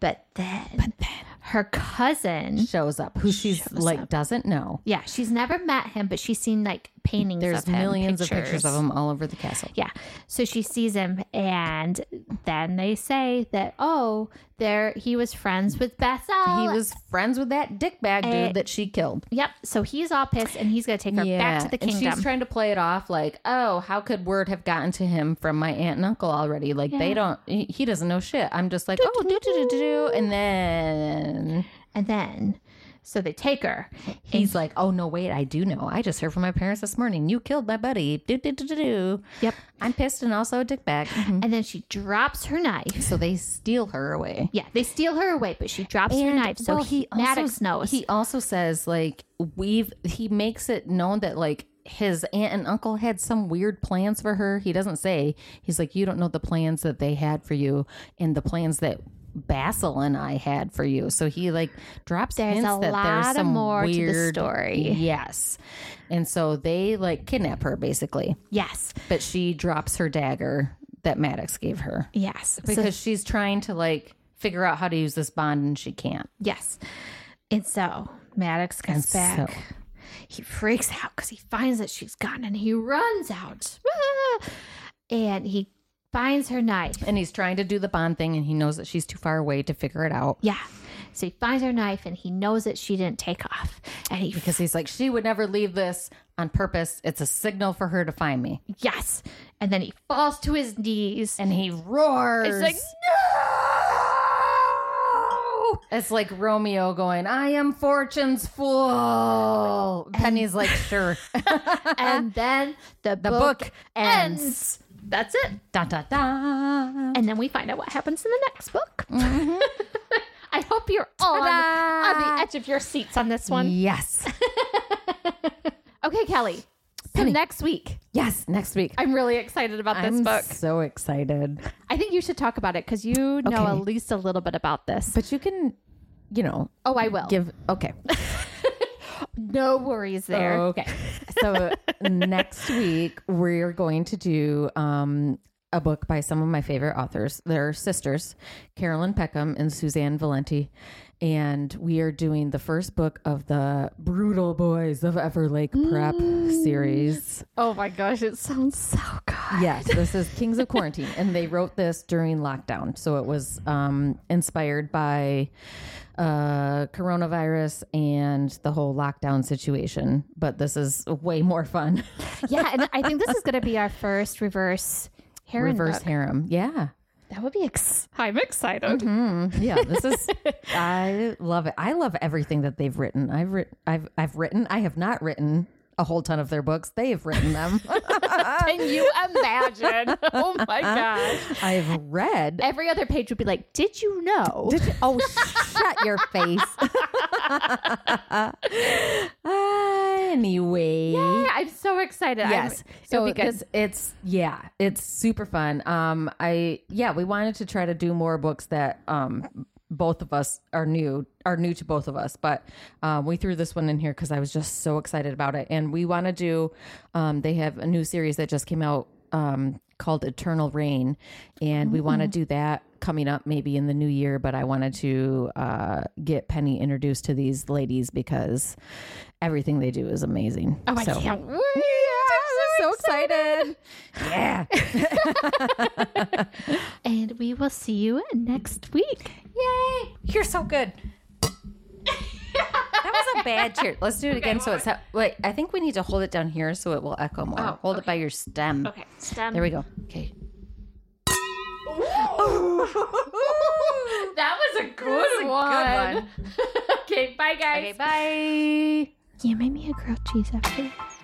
Speaker 2: But then, but then, her cousin.
Speaker 1: Shows up, who she's like doesn't know.
Speaker 2: Yeah, she's never met him, but she's seen like paintings.
Speaker 1: There's
Speaker 2: of him,
Speaker 1: millions of pictures of him all over the castle.
Speaker 2: Yeah. So she sees him and then they say that oh, there he was friends with Bethel.
Speaker 1: He was friends with that dickbag dude that she killed.
Speaker 2: Yep. So he's all pissed and he's gonna take eh, her back to the
Speaker 1: and
Speaker 2: kingdom.
Speaker 1: she's trying to play it off like, oh, how could word have gotten to him from my aunt and uncle already? Like they don't, he he doesn't know shit. I'm just like, oh, do do do do, do, and then
Speaker 2: and then so they take her.
Speaker 1: he's like, oh no, wait, I do know. I just heard from my parents this morning. You killed my buddy. Do do do do do.
Speaker 2: Yep. Mm-hmm.
Speaker 1: I'm pissed and also a dickbag.
Speaker 2: And then she drops her knife.
Speaker 1: so they steal her away.
Speaker 2: Yeah, they steal her away, but she drops her
Speaker 1: And,
Speaker 2: knife. So
Speaker 1: well,
Speaker 2: he,
Speaker 1: also-
Speaker 2: Maddox knows.
Speaker 1: He also says like we've he makes it known that like his aunt and uncle had some weird plans for her. He doesn't say. He's like you don't know the plans that they had for you and the plans that Basil and I had for you. So he like drops
Speaker 2: There's
Speaker 1: hints
Speaker 2: a
Speaker 1: that
Speaker 2: lot
Speaker 1: there's
Speaker 2: of
Speaker 1: some
Speaker 2: more to the
Speaker 1: weird
Speaker 2: story.
Speaker 1: Yes. And so they like kidnap her basically,
Speaker 2: yes.
Speaker 1: but she drops her dagger that Maddox gave her
Speaker 2: Yes. So-
Speaker 1: because she's trying to like figure out how to use this bond and she can't.
Speaker 2: yes. And so Maddox comes
Speaker 1: And so-
Speaker 2: back. He freaks out because he finds that she's gone and he runs out. Ah! And he finds her knife.
Speaker 1: and he's trying to do the bond thing and he knows that she's too far away to figure it out
Speaker 2: Yeah. So he finds her knife and he knows that she didn't take off. And he
Speaker 1: because he's like she would never leave this on purpose it's a signal for her to find me
Speaker 2: yes. And then he falls to his knees.
Speaker 1: and he roars
Speaker 2: It's like
Speaker 1: no it's like romeo going i am fortune's fool penny's like sure
Speaker 2: and then the,
Speaker 1: the
Speaker 2: book,
Speaker 1: book
Speaker 2: ends.
Speaker 1: ends
Speaker 2: That's it.
Speaker 1: da da da
Speaker 2: And then we find out what happens in the next book. Mm-hmm. I hope you're all on the,
Speaker 1: Ta-da!
Speaker 2: on the edge of your seats on this one.
Speaker 1: yes
Speaker 2: Okay, Kelly. So next week,
Speaker 1: yes next week
Speaker 2: I'm really excited about this
Speaker 1: i'm
Speaker 2: book.
Speaker 1: so excited
Speaker 2: I think you should talk about it because you know
Speaker 1: Okay.
Speaker 2: at least a little bit about this.
Speaker 1: but you can you know
Speaker 2: Oh, I will.
Speaker 1: give okay
Speaker 2: no worries there.
Speaker 1: Okay. So next week we're going to do um, a book by some of my favorite authors. They're sisters, Carolyn Peckham and Suzanne Valenti. And we are doing the first book of the Brutal Boys of Everlake Prep series.
Speaker 2: Oh my gosh, it sounds so good.
Speaker 1: Yes, this is Kings of Quarantine. And they wrote this during lockdown. So it was um, inspired by uh, coronavirus and the whole lockdown situation. But this is way more fun.
Speaker 2: Yeah, and I think this is going to be our first reverse Heron
Speaker 1: reverse
Speaker 2: book.
Speaker 1: harem. Yeah.
Speaker 2: That would be ex- Mm-hmm. I'm excited.
Speaker 1: Yeah. This is I love it. I love everything that they've written. I've written I've I've written I have not written a whole ton of their books. They have written them.
Speaker 2: Can you imagine? Oh my gosh.
Speaker 1: I've read
Speaker 2: Every other page would be like, "Did you know?"
Speaker 1: Did you, oh shut your face. anyway.
Speaker 2: Yeah, I'm so excited. I'm-
Speaker 1: Yes.
Speaker 2: it'll
Speaker 1: So
Speaker 2: be good.
Speaker 1: this, it's yeah, it's super fun. Um, I yeah, we wanted to try to do more books that um both of us are new are new to both of us, but um, we threw this one in here because I was just so excited about it, and we want to do. Um, they have a new series that just came out. Um, called Eternal Rain, and we
Speaker 2: Mm.
Speaker 1: want to do that coming up maybe in the new year. But I wanted to uh, get Penny introduced to these ladies because everything they do is amazing.
Speaker 2: oh, I
Speaker 1: So-
Speaker 2: can't wait.
Speaker 1: I'm so excited. Yeah.
Speaker 2: And we will see you next week.
Speaker 1: Yay. You're so good. That was a bad cheer. Let's do it again. So it's, wait, I think we need to hold it down here so it will echo more. hold it by your stem.
Speaker 2: Oh, Okay. um Stem.
Speaker 1: There we go. Okay.
Speaker 2: That was a good one. okay, bye guys.
Speaker 1: Bye.
Speaker 2: You made me a grilled cheese after this.